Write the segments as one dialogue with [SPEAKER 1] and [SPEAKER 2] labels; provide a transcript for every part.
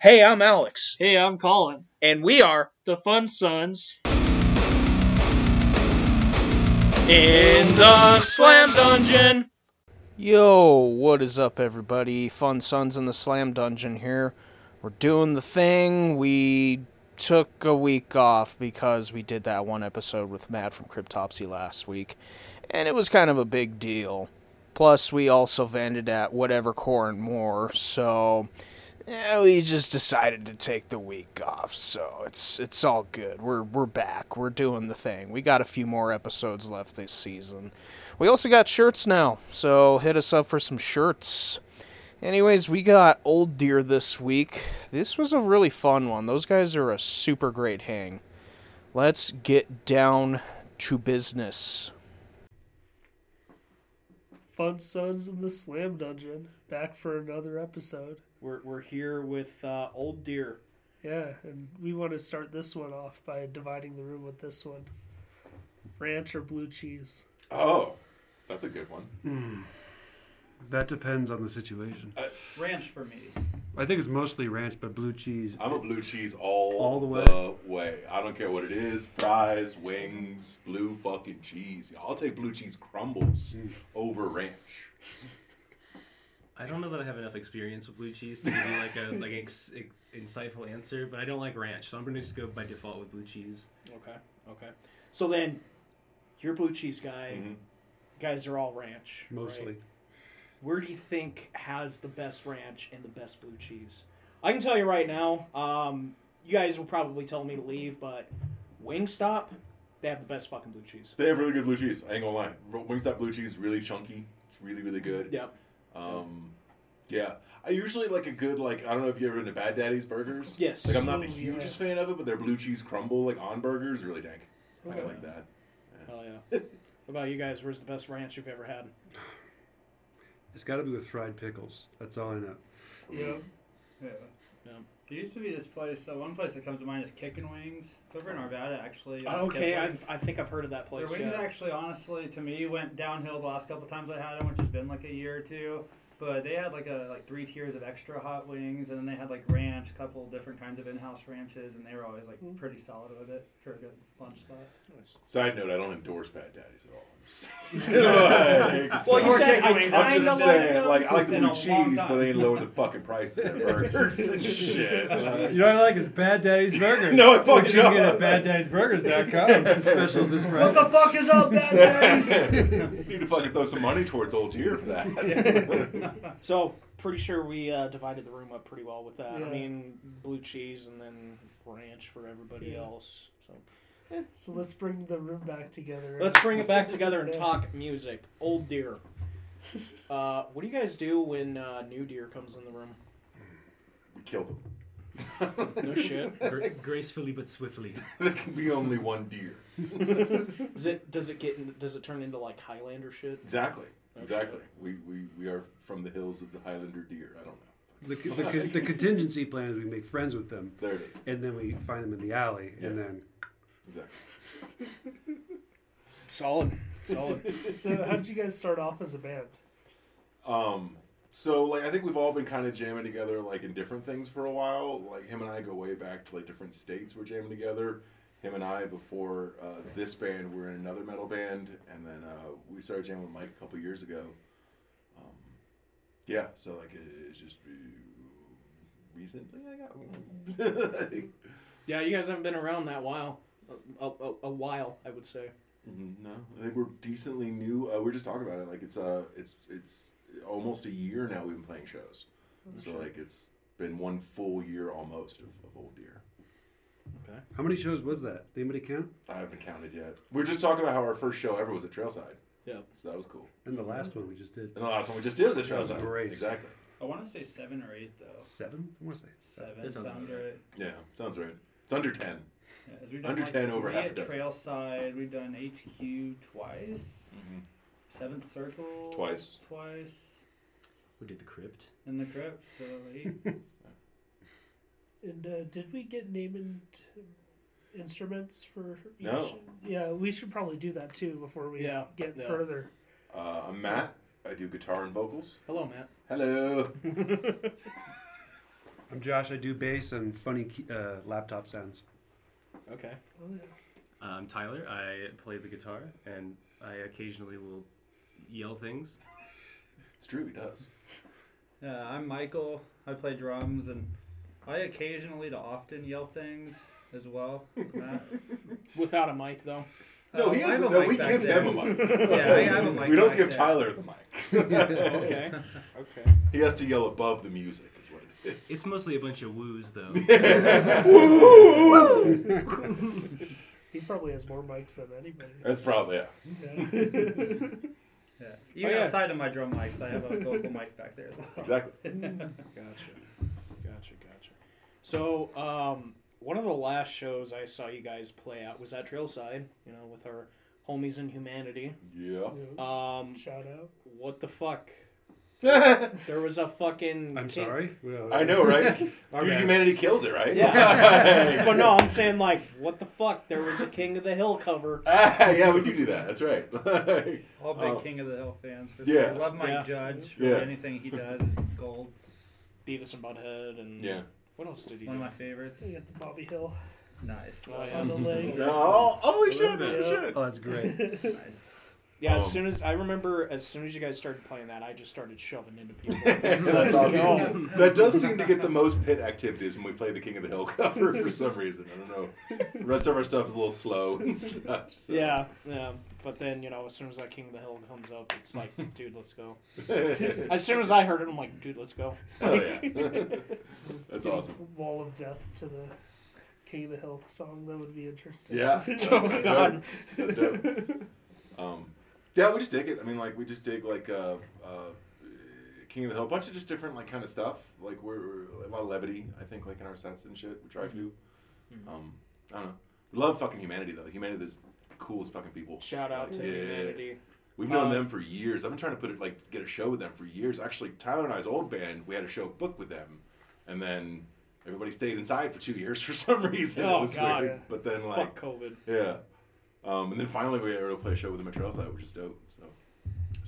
[SPEAKER 1] Hey, I'm Alex,
[SPEAKER 2] Hey, I'm Colin.
[SPEAKER 1] and we are
[SPEAKER 2] The Fun Sons.
[SPEAKER 1] in the Slam Dungeon.
[SPEAKER 3] Yo, what is up, everybody? Fun Sons in the Slam Dungeon here. We're doing the thing. We took a week off because we did that one episode with Matt from Cryptopsy last week, and it was kind of a big deal. Plus, we also vended at whatever core and more, so eh, we just decided to take the week off. So it's it's all good. We're we're back. We're doing the thing. We got a few more episodes left this season. We also got shirts now, so hit us up for some shirts. Anyways, we got Old Deer this week. This was a really fun one. Those guys are a super great hang. Let's get down to business.
[SPEAKER 2] Fun Sons in the Slam Dungeon. Back for another episode.
[SPEAKER 4] We're, we're here with uh, Old Deer.
[SPEAKER 2] Yeah, and we want to start this one off by dividing the room with this one ranch or blue cheese.
[SPEAKER 5] Oh, that's a good one.
[SPEAKER 6] That depends on the situation.
[SPEAKER 4] Ranch for me.
[SPEAKER 6] I think it's mostly ranch, but blue cheese.
[SPEAKER 5] I'm a blue cheese all,
[SPEAKER 6] All the way.
[SPEAKER 5] way. I don't care what it is fries, wings, blue fucking cheese. I'll take blue cheese crumbles
[SPEAKER 6] Mm.
[SPEAKER 5] over ranch.
[SPEAKER 7] I don't know that I have enough experience with blue cheese to give you like a like ex, ex, insightful answer, but I don't like ranch, so I'm gonna just go by default with blue cheese.
[SPEAKER 4] Okay, okay. So then, you're a blue cheese guy. Guys are all ranch. right?
[SPEAKER 6] Mostly.
[SPEAKER 4] Where do you think has the best ranch and the best blue cheese? I can tell you right now, um, you guys will probably tell me to leave, but Wingstop, they have the best fucking blue cheese.
[SPEAKER 5] They have really good blue cheese. I ain't gonna lie. R- Wingstop blue cheese is really chunky. It's really, really good.
[SPEAKER 4] Yep.
[SPEAKER 5] Um, yeah. I usually like a good, like, I don't know if you've ever been to Bad Daddy's Burgers.
[SPEAKER 4] Yes.
[SPEAKER 5] Like, I'm not the
[SPEAKER 2] Oh,
[SPEAKER 5] hugest fan of it, but their blue cheese crumble, like, on burgers, really dank. I
[SPEAKER 6] Oh,
[SPEAKER 5] like that.
[SPEAKER 4] Hell yeah. what about you guys? Where's the best ranch you've ever had?
[SPEAKER 6] It's got to be with fried pickles. That's all I know.
[SPEAKER 8] Yeah. Yeah.
[SPEAKER 4] Yeah.
[SPEAKER 8] There used to be this place. Uh, one place that comes to mind is Kickin' Wings. It's over in Arvada, actually.
[SPEAKER 4] Ah, Okay,
[SPEAKER 8] Their
[SPEAKER 4] I've, I think I've heard of that place.
[SPEAKER 8] wings
[SPEAKER 4] yeah.
[SPEAKER 8] actually, honestly, to me, went downhill the last couple times I had them, which has been like a year or two. But they had like a like three tiers of extra hot wings, and then they had like ranch, a couple different kinds of in-house ranches, and they were always like pretty solid with it for a good lunch spot.
[SPEAKER 5] Side note, I don't endorse Bad Daddies at all. I'm just-
[SPEAKER 4] Well, you
[SPEAKER 8] Or
[SPEAKER 4] said
[SPEAKER 8] Kickin'
[SPEAKER 4] I
[SPEAKER 8] Wings.
[SPEAKER 4] kinda
[SPEAKER 5] I'm
[SPEAKER 8] I've
[SPEAKER 5] just
[SPEAKER 8] been
[SPEAKER 5] saying,
[SPEAKER 8] to
[SPEAKER 5] like, I like the
[SPEAKER 8] in a
[SPEAKER 5] blue
[SPEAKER 8] long
[SPEAKER 5] cheese, but
[SPEAKER 8] time.
[SPEAKER 5] they ain't lowering the fucking price of their burgers and shit.
[SPEAKER 6] You know what I like is Bad Daddy's Burgers.
[SPEAKER 5] No, I Which fucking you can get don't. at
[SPEAKER 6] baddaddy'sburgers.com. Specials this
[SPEAKER 8] What the
[SPEAKER 6] Friday.
[SPEAKER 8] fuck is up, that
[SPEAKER 5] you need to fucking throw some money towards Old Deer for that.
[SPEAKER 4] So pretty sure we uh, divided the room up pretty well with that.
[SPEAKER 2] Yeah.
[SPEAKER 4] I mean, blue cheese and then ranch for everybody
[SPEAKER 2] Yeah.
[SPEAKER 4] else. So
[SPEAKER 2] So let's bring the room back together.
[SPEAKER 4] let's bring it back together and talk music. Old deer. Uh, what do you guys do when uh, new deer comes in the room?
[SPEAKER 5] we kill them.
[SPEAKER 4] No shit.
[SPEAKER 7] Gr- gracefully but swiftly.
[SPEAKER 5] There can be only one deer.
[SPEAKER 4] Does it does it get in, does it turn into like Highlander shit?
[SPEAKER 5] Exactly.
[SPEAKER 4] Oh,
[SPEAKER 5] Exactly. We, we, we are from the hills of the Highlander deer. I don't know.
[SPEAKER 6] The, the, the contingency plan is we make friends with them,
[SPEAKER 5] There it is.
[SPEAKER 6] and then we find them in the alley, and
[SPEAKER 5] Yeah.
[SPEAKER 6] then
[SPEAKER 5] Exactly.
[SPEAKER 4] Solid, solid.
[SPEAKER 2] So, how did you guys start off as a band?
[SPEAKER 5] Um, so like I think we've all been kind of jamming together like in different things for a while. Like him and I go way back to like different states we're jamming together. Him and I before uh, this band were in another metal band, and then uh, we started jamming with Mike a couple years ago. Um, yeah, so like it, it's just uh, recently I got.
[SPEAKER 4] yeah, you guys haven't been around that while. A, a, a while, I would say.
[SPEAKER 5] Mm, No, I think we're decently new. Uh, we we're just talking about it. Like it's uh, it's it's almost a year now we've been playing shows. So like it's been one full year almost of, of old deer.
[SPEAKER 6] how many shows was that? Anybody count?
[SPEAKER 5] I haven't counted yet. We are just talking about how our first show ever was at Trailside.
[SPEAKER 4] Yeah.
[SPEAKER 5] So that was cool.
[SPEAKER 6] And the last one we just did
[SPEAKER 5] And the last one we just did was at
[SPEAKER 6] That was
[SPEAKER 5] Trailside.
[SPEAKER 6] great.
[SPEAKER 5] Exactly.
[SPEAKER 8] I want to say seven or eight though.
[SPEAKER 6] seven. I want to say seven.
[SPEAKER 8] Seven
[SPEAKER 7] That sounds
[SPEAKER 8] sounds,
[SPEAKER 7] about right.
[SPEAKER 8] right.
[SPEAKER 5] Yeah, sounds right. It's under ten.
[SPEAKER 8] Yeah, 'cause we've done,
[SPEAKER 5] Under
[SPEAKER 8] like,
[SPEAKER 5] 10 over
[SPEAKER 8] three
[SPEAKER 5] half a
[SPEAKER 8] at
[SPEAKER 5] dozen.
[SPEAKER 8] Trailside, we've done HQ twice, Seventh Circle
[SPEAKER 5] Mm-hmm. Twice.
[SPEAKER 8] twice,
[SPEAKER 7] We did the crypt.
[SPEAKER 8] in the crypt. So eight.
[SPEAKER 2] And uh, did we get named instruments for each?
[SPEAKER 5] No.
[SPEAKER 2] Yeah, we should probably do that too before we
[SPEAKER 4] Yeah,
[SPEAKER 2] get
[SPEAKER 4] yeah.
[SPEAKER 2] further.
[SPEAKER 5] Uh, I'm Matt. I do guitar and vocals.
[SPEAKER 4] Hello, Matt.
[SPEAKER 5] Hello.
[SPEAKER 6] I'm Josh. I do bass and funny key- uh, laptop sounds.
[SPEAKER 4] Okay.
[SPEAKER 2] Oh, yeah.
[SPEAKER 7] I'm Um, Tyler. I play the guitar, and I occasionally will yell things.
[SPEAKER 5] It's true, he does.
[SPEAKER 8] Uh, I'm Michael. I play drums, and I occasionally to often yell things as well. Matt.
[SPEAKER 4] Without a mic, though.
[SPEAKER 5] No,
[SPEAKER 8] Uh,
[SPEAKER 5] he
[SPEAKER 8] I have
[SPEAKER 5] isn't.
[SPEAKER 8] a
[SPEAKER 5] No,
[SPEAKER 8] mic
[SPEAKER 5] we
[SPEAKER 8] back
[SPEAKER 5] give
[SPEAKER 8] there.
[SPEAKER 5] him a mic.
[SPEAKER 8] Yeah, I have a mic
[SPEAKER 5] We don't
[SPEAKER 8] back
[SPEAKER 5] give
[SPEAKER 8] there.
[SPEAKER 5] Tyler the mic.
[SPEAKER 4] Oh, Okay. okay.
[SPEAKER 5] He has to yell above the music, is what it is.
[SPEAKER 7] It's mostly a bunch of woos, though.
[SPEAKER 2] He probably has more mics than anybody.
[SPEAKER 5] That's probably it.
[SPEAKER 2] Yeah.
[SPEAKER 8] Yeah.
[SPEAKER 5] Oh,
[SPEAKER 8] Even
[SPEAKER 4] yeah.
[SPEAKER 8] outside of my drum mics, I have a vocal mic back there as well.
[SPEAKER 5] Exactly.
[SPEAKER 4] Gotcha. Gotcha, gotcha. So, um, one of the last shows I saw you guys play at was at Trailside, you know, with our homies in humanity.
[SPEAKER 5] Yeah.
[SPEAKER 4] Um,
[SPEAKER 2] Shout out.
[SPEAKER 4] what the fuck? There was a fucking.
[SPEAKER 6] I'm
[SPEAKER 4] kid-
[SPEAKER 6] sorry. Well,
[SPEAKER 5] I know, right?
[SPEAKER 6] Our
[SPEAKER 5] Your
[SPEAKER 6] bad.
[SPEAKER 5] humanity kills it, right?
[SPEAKER 4] Yeah. but no, I'm saying, like, what the fuck? There was a King of the Hill cover.
[SPEAKER 5] Ah, yeah, we do do that. That's right.
[SPEAKER 8] All big
[SPEAKER 5] Oh.
[SPEAKER 8] King of the Hill fans. For
[SPEAKER 5] Yeah.
[SPEAKER 8] sure. Love Mike
[SPEAKER 4] Yeah.
[SPEAKER 8] Judge.
[SPEAKER 5] Yeah.
[SPEAKER 8] Anything he does is gold.
[SPEAKER 4] Beavis and Butthead, and.
[SPEAKER 5] yeah.
[SPEAKER 4] What else did he
[SPEAKER 8] One of
[SPEAKER 4] do?
[SPEAKER 8] my favorites.
[SPEAKER 2] We got the Bobby Hill
[SPEAKER 8] Nice.
[SPEAKER 4] Oh, yeah.
[SPEAKER 2] on the leg.
[SPEAKER 5] Oh, holy shit, that's the
[SPEAKER 2] Yeah.
[SPEAKER 5] shit.
[SPEAKER 6] Oh, that's great.
[SPEAKER 8] Nice.
[SPEAKER 4] Yeah,
[SPEAKER 5] Um,
[SPEAKER 4] as soon as. I remember as soon as you guys started playing that, I just started shoving into people.
[SPEAKER 5] That's
[SPEAKER 4] go.
[SPEAKER 5] awesome. That does seem to get the most pit activities when we play the King of the Hill cover for some reason. I don't know. The rest of our stuff is a little slow and such. so.
[SPEAKER 4] Yeah, yeah. But then, you know, as soon as that King of the Hill comes up, it's like, dude, let's go. As soon as I heard it, I'm like, dude, let's go.
[SPEAKER 5] Hell Oh, yeah. That's awesome.
[SPEAKER 2] Wall of Death to the King of the Hill song. That would be interesting.
[SPEAKER 5] Yeah.
[SPEAKER 4] Oh,
[SPEAKER 5] That's
[SPEAKER 4] God.
[SPEAKER 5] dope. That's dope. Um, yeah, we just dig it. I mean, like we just dig like uh, uh, King of the Hill, a bunch of just different like kind of stuff. Like we're, we're a lot of levity, I think, like in our sets and shit. We try to.
[SPEAKER 4] Mm-hmm.
[SPEAKER 5] Um, I don't know. We love fucking humanity though. Humanity is the coolest fucking people.
[SPEAKER 4] Shout out to
[SPEAKER 5] Yeah.
[SPEAKER 4] humanity.
[SPEAKER 5] We've known
[SPEAKER 4] Uh,
[SPEAKER 5] them for years. I've been trying to put it like get a show with them for years. Actually, Tyler and I's old band, we had a show booked with them, and then everybody stayed inside for two years for some reason.
[SPEAKER 4] Oh,
[SPEAKER 5] it was
[SPEAKER 4] God.
[SPEAKER 5] weird. But then like
[SPEAKER 4] Fuck COVID.
[SPEAKER 5] yeah. Um, and then finally we were able to play a show with the Material Side, which is dope. So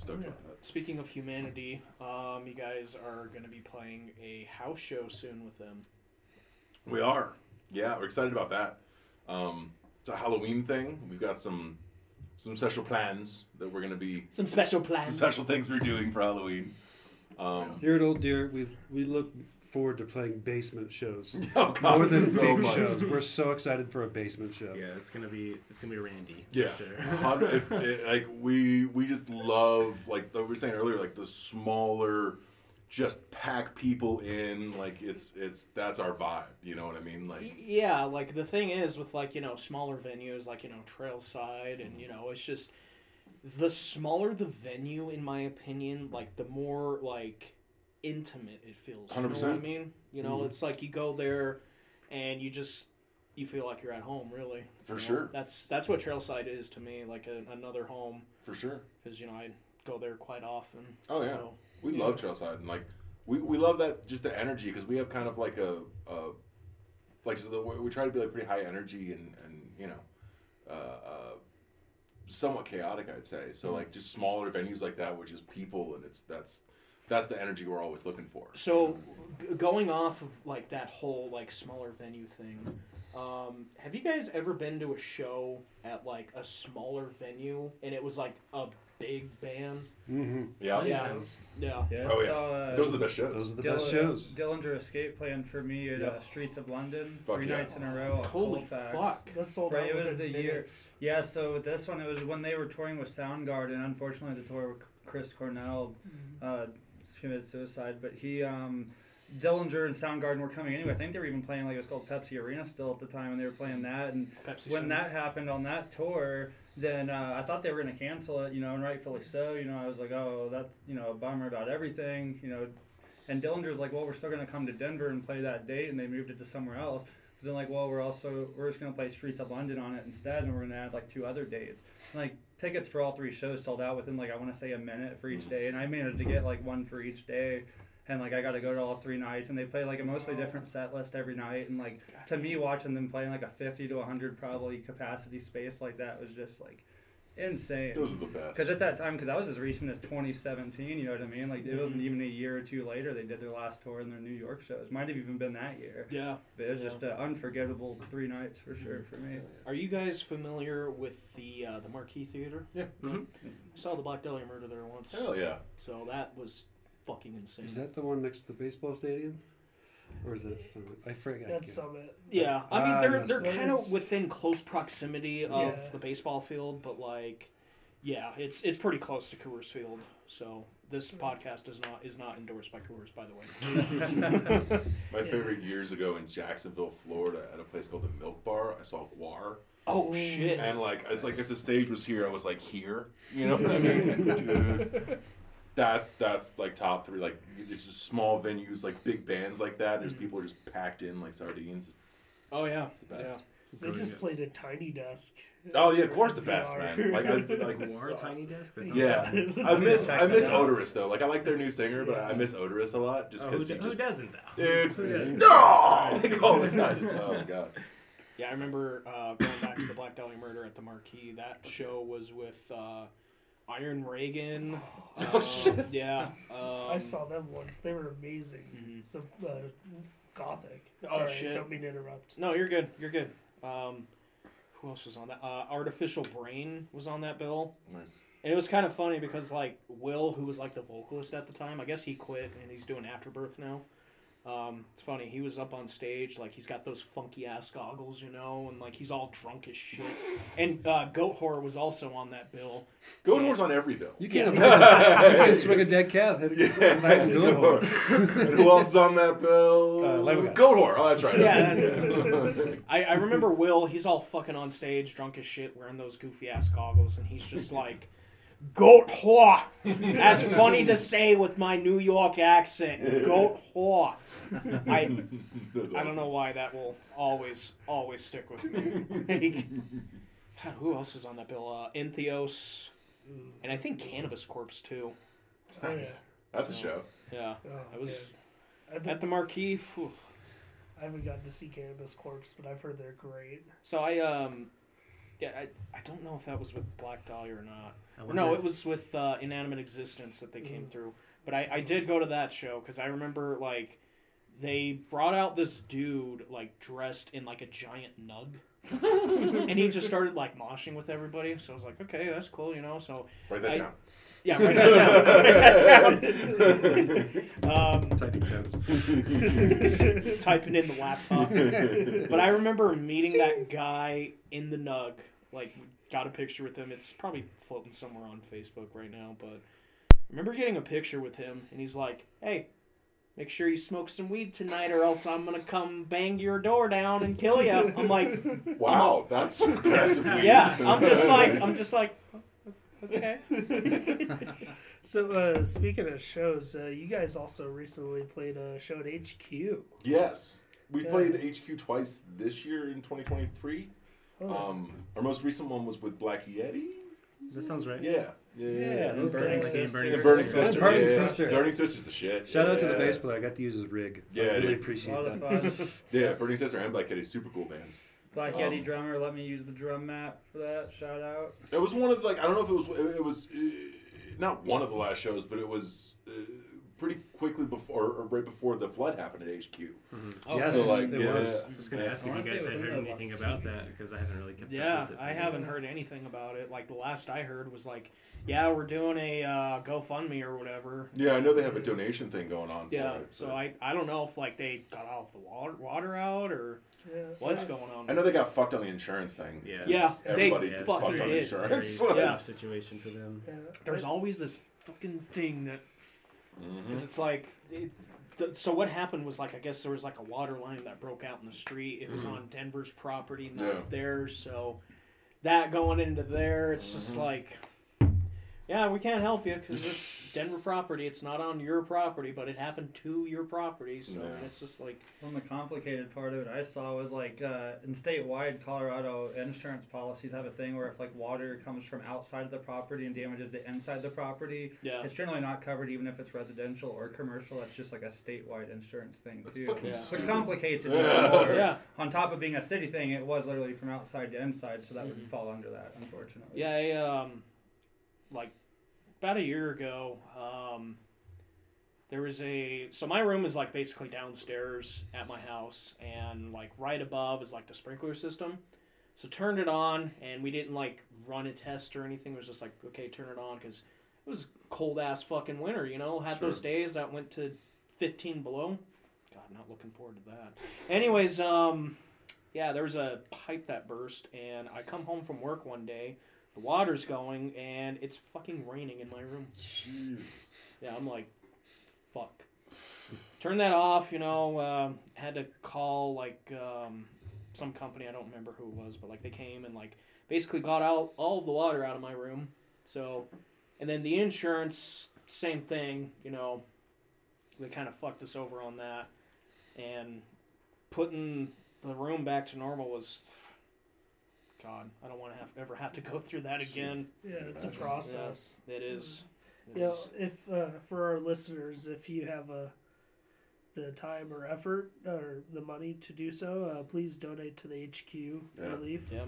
[SPEAKER 5] stoked
[SPEAKER 2] Yeah.
[SPEAKER 5] about that.
[SPEAKER 4] Speaking of humanity, um, you guys are going to be playing a house show soon with them.
[SPEAKER 5] We are. Yeah, we're excited about that. Um, it's a Halloween thing. We've got some some special plans that we're gonna be
[SPEAKER 4] Some special plans.
[SPEAKER 5] some special things we're doing for Halloween. Um,
[SPEAKER 6] Here at Old Deer, we we look forward to playing basement shows.
[SPEAKER 5] oh god,
[SPEAKER 6] More than
[SPEAKER 5] so
[SPEAKER 6] big
[SPEAKER 5] much.
[SPEAKER 6] shows. We're so excited for a basement show.
[SPEAKER 7] Yeah, it's gonna be it's gonna be Randy. for
[SPEAKER 5] Yeah,
[SPEAKER 7] sure.
[SPEAKER 5] Hot- if- it- like we we just love like like we were saying earlier, like the smaller, just pack people in. Like it's it's that's our vibe. You know what I mean? Like
[SPEAKER 4] Y- Yeah, like the thing is with like, you know, smaller venues like, you know, Trailside and, you
[SPEAKER 5] Mm-hmm.
[SPEAKER 4] know, it's just the smaller the venue in my opinion, like the more like intimate it feels. You know what I
[SPEAKER 5] 100%.
[SPEAKER 4] mean? You
[SPEAKER 5] Mm-hmm.
[SPEAKER 4] know, it's like you go there and you just you feel like you're at home, really.
[SPEAKER 5] For
[SPEAKER 4] You know?
[SPEAKER 5] sure.
[SPEAKER 4] That's that's what Trailside is to me, like a, another home
[SPEAKER 5] for sure.
[SPEAKER 4] because, you know, I go there quite often.
[SPEAKER 5] Oh, yeah.
[SPEAKER 4] So,
[SPEAKER 5] We
[SPEAKER 4] Yeah.
[SPEAKER 5] love Trailside and like we, we love that just the energy because we have kind of like a, a like just the, we try to be like pretty high energy and and you know uh, uh, somewhat chaotic I'd say so like just smaller venues like that with just people and it's that's that's the energy we're always looking for.
[SPEAKER 4] So, g- going off of like that whole like smaller venue thing, um, have you guys ever been to a show at like a smaller venue and it was like a big band?
[SPEAKER 6] hmm
[SPEAKER 5] yeah,
[SPEAKER 4] Yeah.
[SPEAKER 7] Sounds-
[SPEAKER 4] Yeah.
[SPEAKER 8] Yeah, I
[SPEAKER 5] Oh, yeah.
[SPEAKER 8] saw, uh,
[SPEAKER 5] those are the best shows.
[SPEAKER 6] Those are the
[SPEAKER 8] Dill-
[SPEAKER 6] best shows.
[SPEAKER 8] Dillinger Escape Plan for me at uh,
[SPEAKER 6] Yeah.
[SPEAKER 8] Streets of London
[SPEAKER 5] Fuck
[SPEAKER 8] three
[SPEAKER 5] yeah.
[SPEAKER 8] nights in a row. at
[SPEAKER 4] Holy
[SPEAKER 8] Colfax.
[SPEAKER 4] fuck!
[SPEAKER 2] That sold
[SPEAKER 8] Right,
[SPEAKER 2] out
[SPEAKER 8] it was
[SPEAKER 2] within
[SPEAKER 8] the year-
[SPEAKER 2] minutes.
[SPEAKER 8] Yeah, so with this one, it was when they were touring with Soundgarden. Unfortunately, the tour with Chris Cornell uh, committed suicide, but he, um, Dillinger and Soundgarden were coming anyway. I think they were even playing, like, it was called Pepsi Arena still at the time, and they were playing that. And
[SPEAKER 4] Pepsi
[SPEAKER 8] when
[SPEAKER 4] Center.
[SPEAKER 8] that happened on that tour, then uh, I thought they were going to cancel it, you know, and rightfully so. You know, I was like, oh, that's, you know, a bummer about everything, you know. And Dillinger's like, well, we're still going to come to Denver and play that date, and they moved it to somewhere else. But then, like, well, we're also, we're just going to play Streets of London on it instead, and we're going to add, like, two other dates. And, like, tickets for all three shows sold out within, like, I want to say a minute for each day, and I managed to get, like, one for each day. And like I got to go to all three nights, and they play like a mostly different set list every night. And like to me, watching them play in like a fifty to hundred probably capacity space like that was just like insane.
[SPEAKER 5] Those are the best.
[SPEAKER 8] Because at that time, because I was as recent as 2017, you know what I mean? Like, it wasn't even a year or two later they did their last tour and their New York shows. Might have even been that year.
[SPEAKER 4] Yeah.
[SPEAKER 8] But it was just an unforgettable three nights for sure for me.
[SPEAKER 4] Are you guys familiar with the uh, the Marquee Theater? Mm-hmm.
[SPEAKER 5] Yeah.
[SPEAKER 7] Mhm.
[SPEAKER 4] I saw the Black Dahlia murder there once.
[SPEAKER 5] Hell yeah.
[SPEAKER 4] So that was fucking insane.
[SPEAKER 6] Is that the one next to the baseball stadium? Or is that some, I forget.
[SPEAKER 2] That's Summit.
[SPEAKER 4] Yeah, I mean
[SPEAKER 6] Ah,
[SPEAKER 4] they're
[SPEAKER 6] yes.
[SPEAKER 4] they're
[SPEAKER 2] That
[SPEAKER 4] kind of
[SPEAKER 2] is-
[SPEAKER 4] within close proximity of
[SPEAKER 2] Yeah.
[SPEAKER 4] the baseball field, but like, yeah, it's it's pretty close to Coors Field. So this
[SPEAKER 2] Hmm.
[SPEAKER 4] podcast is not is not endorsed by Coors, by the way.
[SPEAKER 5] My favorite years ago in Jacksonville, Florida, at a place called the Milk Bar, I saw Guar.
[SPEAKER 4] Oh shit!
[SPEAKER 5] And like, it's like if the stage was here, I was like here. You know what I mean, dude? That's that's like top three. Like it's just small venues, like big bands like that. There's people are just packed in like sardines.
[SPEAKER 4] Oh yeah,
[SPEAKER 5] It's the best.
[SPEAKER 4] yeah.
[SPEAKER 2] They just played a tiny desk.
[SPEAKER 5] Oh yeah, of course the best man. Like I like.
[SPEAKER 7] War Tiny Desk? That sounds
[SPEAKER 5] Yeah,
[SPEAKER 7] cool.
[SPEAKER 5] I miss I miss
[SPEAKER 7] Yeah.
[SPEAKER 5] Odorous though. Like I like their new singer, but I miss Odorous a lot just
[SPEAKER 7] Oh, who,
[SPEAKER 5] because
[SPEAKER 7] d-
[SPEAKER 5] he
[SPEAKER 7] who
[SPEAKER 5] just
[SPEAKER 7] doesn't though?
[SPEAKER 5] dude no like all the time. Just, oh my god.
[SPEAKER 4] Yeah, I remember uh, going back to the Black Dahlia murder at the Marquee. That show was with uh, Iron Reagan.
[SPEAKER 5] Oh,
[SPEAKER 4] um,
[SPEAKER 5] shit.
[SPEAKER 4] Yeah, um,
[SPEAKER 2] I saw them once. They were amazing.
[SPEAKER 8] Mm-hmm.
[SPEAKER 2] So uh, gothic.
[SPEAKER 4] Oh,
[SPEAKER 2] Sorry,
[SPEAKER 4] shit.
[SPEAKER 2] Don't mean to interrupt.
[SPEAKER 4] No, you're good. You're good. Um, who else was on that? Uh, Artificial Brain was on that bill.
[SPEAKER 5] Nice.
[SPEAKER 4] And it was kind of funny because like Will, who was like the vocalist at the time, I guess he quit and he's doing Afterbirth now. Um, it's funny. He was up on stage, like he's got those funky ass goggles, you know, and like he's all drunk as shit. And uh, Goat Horror was also on that bill.
[SPEAKER 5] Go doors on every bill.
[SPEAKER 6] You can't, swing a, you can't swing a dead calf. Hit a yeah.
[SPEAKER 5] Goat Horror. And who else is on that bill?
[SPEAKER 6] Uh, Lego Guy.
[SPEAKER 5] Goat Horror. Oh, that's right.
[SPEAKER 4] Yeah, I, I remember Will. He's all fucking on stage, drunk as shit, wearing those goofy ass goggles, and he's just like, "Goat whore." That's funny to say with my New York accent. Goat whore. I I don't know why that will always always stick with me. Like, God, who else is on that bill? Uh, Entheos,
[SPEAKER 8] Mm.
[SPEAKER 4] and I think Cannabis Corpse too.
[SPEAKER 2] Oh, yeah.
[SPEAKER 5] That's a show.
[SPEAKER 4] Yeah,
[SPEAKER 2] Oh,
[SPEAKER 4] I was
[SPEAKER 2] man. I've been-
[SPEAKER 4] at the Marquee. phew.
[SPEAKER 2] I haven't gotten to see Cannabis Corpse, but I've heard they're great.
[SPEAKER 4] So I um, yeah, I, I don't know if that was with Black Dahlia or not.
[SPEAKER 7] I
[SPEAKER 4] Or
[SPEAKER 7] wonder
[SPEAKER 4] no,
[SPEAKER 7] if-
[SPEAKER 4] it was with uh, Inanimate Existence that they came through. But I, I did go to that show because I remember like they brought out this dude like dressed in like a giant nug, and he just started like moshing with everybody. So I was like, okay, that's cool, you know. So
[SPEAKER 5] Write that
[SPEAKER 4] I-
[SPEAKER 5] down.
[SPEAKER 4] yeah, write that down. write that down. um,
[SPEAKER 6] Typing sounds.
[SPEAKER 4] typing in the laptop. but I remember meeting that guy in the Nug. Like, got a picture with him. It's probably floating somewhere on Facebook right now. But I remember getting a picture with him, and he's like, "Hey, make sure you smoke some weed tonight, or else I'm gonna come bang your door down and kill you." I'm like,
[SPEAKER 5] Wow, that's aggressive. weed.
[SPEAKER 4] "Yeah." I'm just like, I'm just like, "Oh, okay.
[SPEAKER 2] So, uh, speaking of shows, uh, you guys also recently played a show at HQ.
[SPEAKER 5] Yes. We
[SPEAKER 2] Yeah.
[SPEAKER 5] played HQ twice this year in 2023.
[SPEAKER 2] Oh.
[SPEAKER 5] Um, our most recent one was with Black Yeti.
[SPEAKER 7] That sounds right.
[SPEAKER 5] Yeah. Yeah.
[SPEAKER 6] Yeah, those
[SPEAKER 7] Burning,
[SPEAKER 6] guys.
[SPEAKER 7] like in Burning
[SPEAKER 5] The Burning
[SPEAKER 7] Sister.
[SPEAKER 5] Sister.
[SPEAKER 6] Burning
[SPEAKER 5] yeah.
[SPEAKER 6] Sister.
[SPEAKER 5] Burning Sister's the shit.
[SPEAKER 6] Shout out to the
[SPEAKER 5] Yeah.
[SPEAKER 6] bass player. I got to use his rig.
[SPEAKER 5] Yeah,
[SPEAKER 6] I really
[SPEAKER 5] dude.
[SPEAKER 8] A
[SPEAKER 6] appreciate
[SPEAKER 8] lot
[SPEAKER 6] that.
[SPEAKER 8] of fun.
[SPEAKER 5] Yeah, Burning Sister and Black Yeti, super cool bands.
[SPEAKER 8] Black
[SPEAKER 5] Um,
[SPEAKER 8] Yeti drummer let me use the drum mat for that. Shout out.
[SPEAKER 5] It was one of the, like I don't know if it was it- it was uh, not one of the last shows, but it was uh, pretty quickly before or right before the flood happened at HQ.
[SPEAKER 4] Oh,
[SPEAKER 6] yes,
[SPEAKER 5] so, like,
[SPEAKER 6] it
[SPEAKER 5] yeah.
[SPEAKER 6] was.
[SPEAKER 7] I was just gonna ask if you
[SPEAKER 8] Honestly,
[SPEAKER 7] guys had
[SPEAKER 8] within
[SPEAKER 7] heard
[SPEAKER 8] the-
[SPEAKER 7] anything about that because I haven't really kept
[SPEAKER 4] Yeah,
[SPEAKER 7] up with it.
[SPEAKER 4] I haven't heard anything about it. Like the last I heard was like, "Yeah, we're doing a uh, GoFundMe or whatever."
[SPEAKER 5] Yeah, I know they have a donation thing going on.
[SPEAKER 4] Yeah,
[SPEAKER 5] for it,
[SPEAKER 4] so
[SPEAKER 5] but-
[SPEAKER 4] I, I don't know if like they got all the water water out or
[SPEAKER 2] Yeah.
[SPEAKER 4] what's going on.
[SPEAKER 5] I know they got fucked on the insurance thing.
[SPEAKER 7] Yeah.
[SPEAKER 4] Yeah, they
[SPEAKER 5] everybody
[SPEAKER 7] Yeah,
[SPEAKER 5] gets
[SPEAKER 7] it's
[SPEAKER 4] fucking
[SPEAKER 5] fucked on
[SPEAKER 4] did.
[SPEAKER 5] insurance.
[SPEAKER 7] Very
[SPEAKER 4] Yeah.
[SPEAKER 7] tough situation for them.
[SPEAKER 2] Yeah.
[SPEAKER 4] There's always this fucking thing that
[SPEAKER 5] Mm-hmm.
[SPEAKER 4] because it's like. It, th- so what happened was like I guess there was like a water line that broke out in the street. It was on Denver's property, not
[SPEAKER 5] Yeah.
[SPEAKER 4] theirs. So that going into there, it's just like Yeah, we can't help you because it's Denver property. It's not on your property, but it happened to your property. So
[SPEAKER 5] Yeah.
[SPEAKER 4] it's just like,
[SPEAKER 8] One of the complicated part of it I saw was like uh, in statewide Colorado insurance policies have a thing where if like water comes from outside the property and damages the inside the property,
[SPEAKER 4] yeah,
[SPEAKER 8] it's generally not covered even if it's residential or commercial. That's just like a statewide insurance thing
[SPEAKER 5] That's
[SPEAKER 8] too,
[SPEAKER 5] fucking
[SPEAKER 4] Yeah.
[SPEAKER 8] which
[SPEAKER 5] stupid.
[SPEAKER 8] complicates it. even
[SPEAKER 5] Yeah.
[SPEAKER 8] more.
[SPEAKER 4] yeah,
[SPEAKER 8] On top of being a city thing, it was literally from outside to inside, so that would fall under that, unfortunately.
[SPEAKER 4] yeah. I, um, like about a year ago, um, there was a so my room is like basically downstairs at my house, and like right above is like the sprinkler system. So turned it on, and we didn't like run a test or anything. It was just like, okay, turn it on because it was cold ass fucking winter. You know, had
[SPEAKER 5] Sure.
[SPEAKER 4] those days that went to fifteen below. God, not looking forward to that. Anyways, um, yeah, there was a pipe that burst, and I come home from work one day. The water's going, and it's fucking raining in my room.
[SPEAKER 5] Jeez.
[SPEAKER 4] Yeah, I'm like, fuck. Turn that off, you know. Um, had to call like um, some company. I don't remember who it was, but like they came and like basically got out all of the water out of my room. So, and then the insurance, same thing. You know, they kind of fucked us over on that, and putting the room back to normal was. God, I don't want to have ever have to go through that again.
[SPEAKER 2] Yeah, it's a
[SPEAKER 5] Imagine.
[SPEAKER 2] process.
[SPEAKER 4] It is. it
[SPEAKER 2] Yeah,
[SPEAKER 4] is-
[SPEAKER 2] if uh, for our listeners, if you have uh, the time or effort or the money to do so, uh, please donate to the HQ
[SPEAKER 5] Yeah.
[SPEAKER 2] Relief.
[SPEAKER 4] Yeah,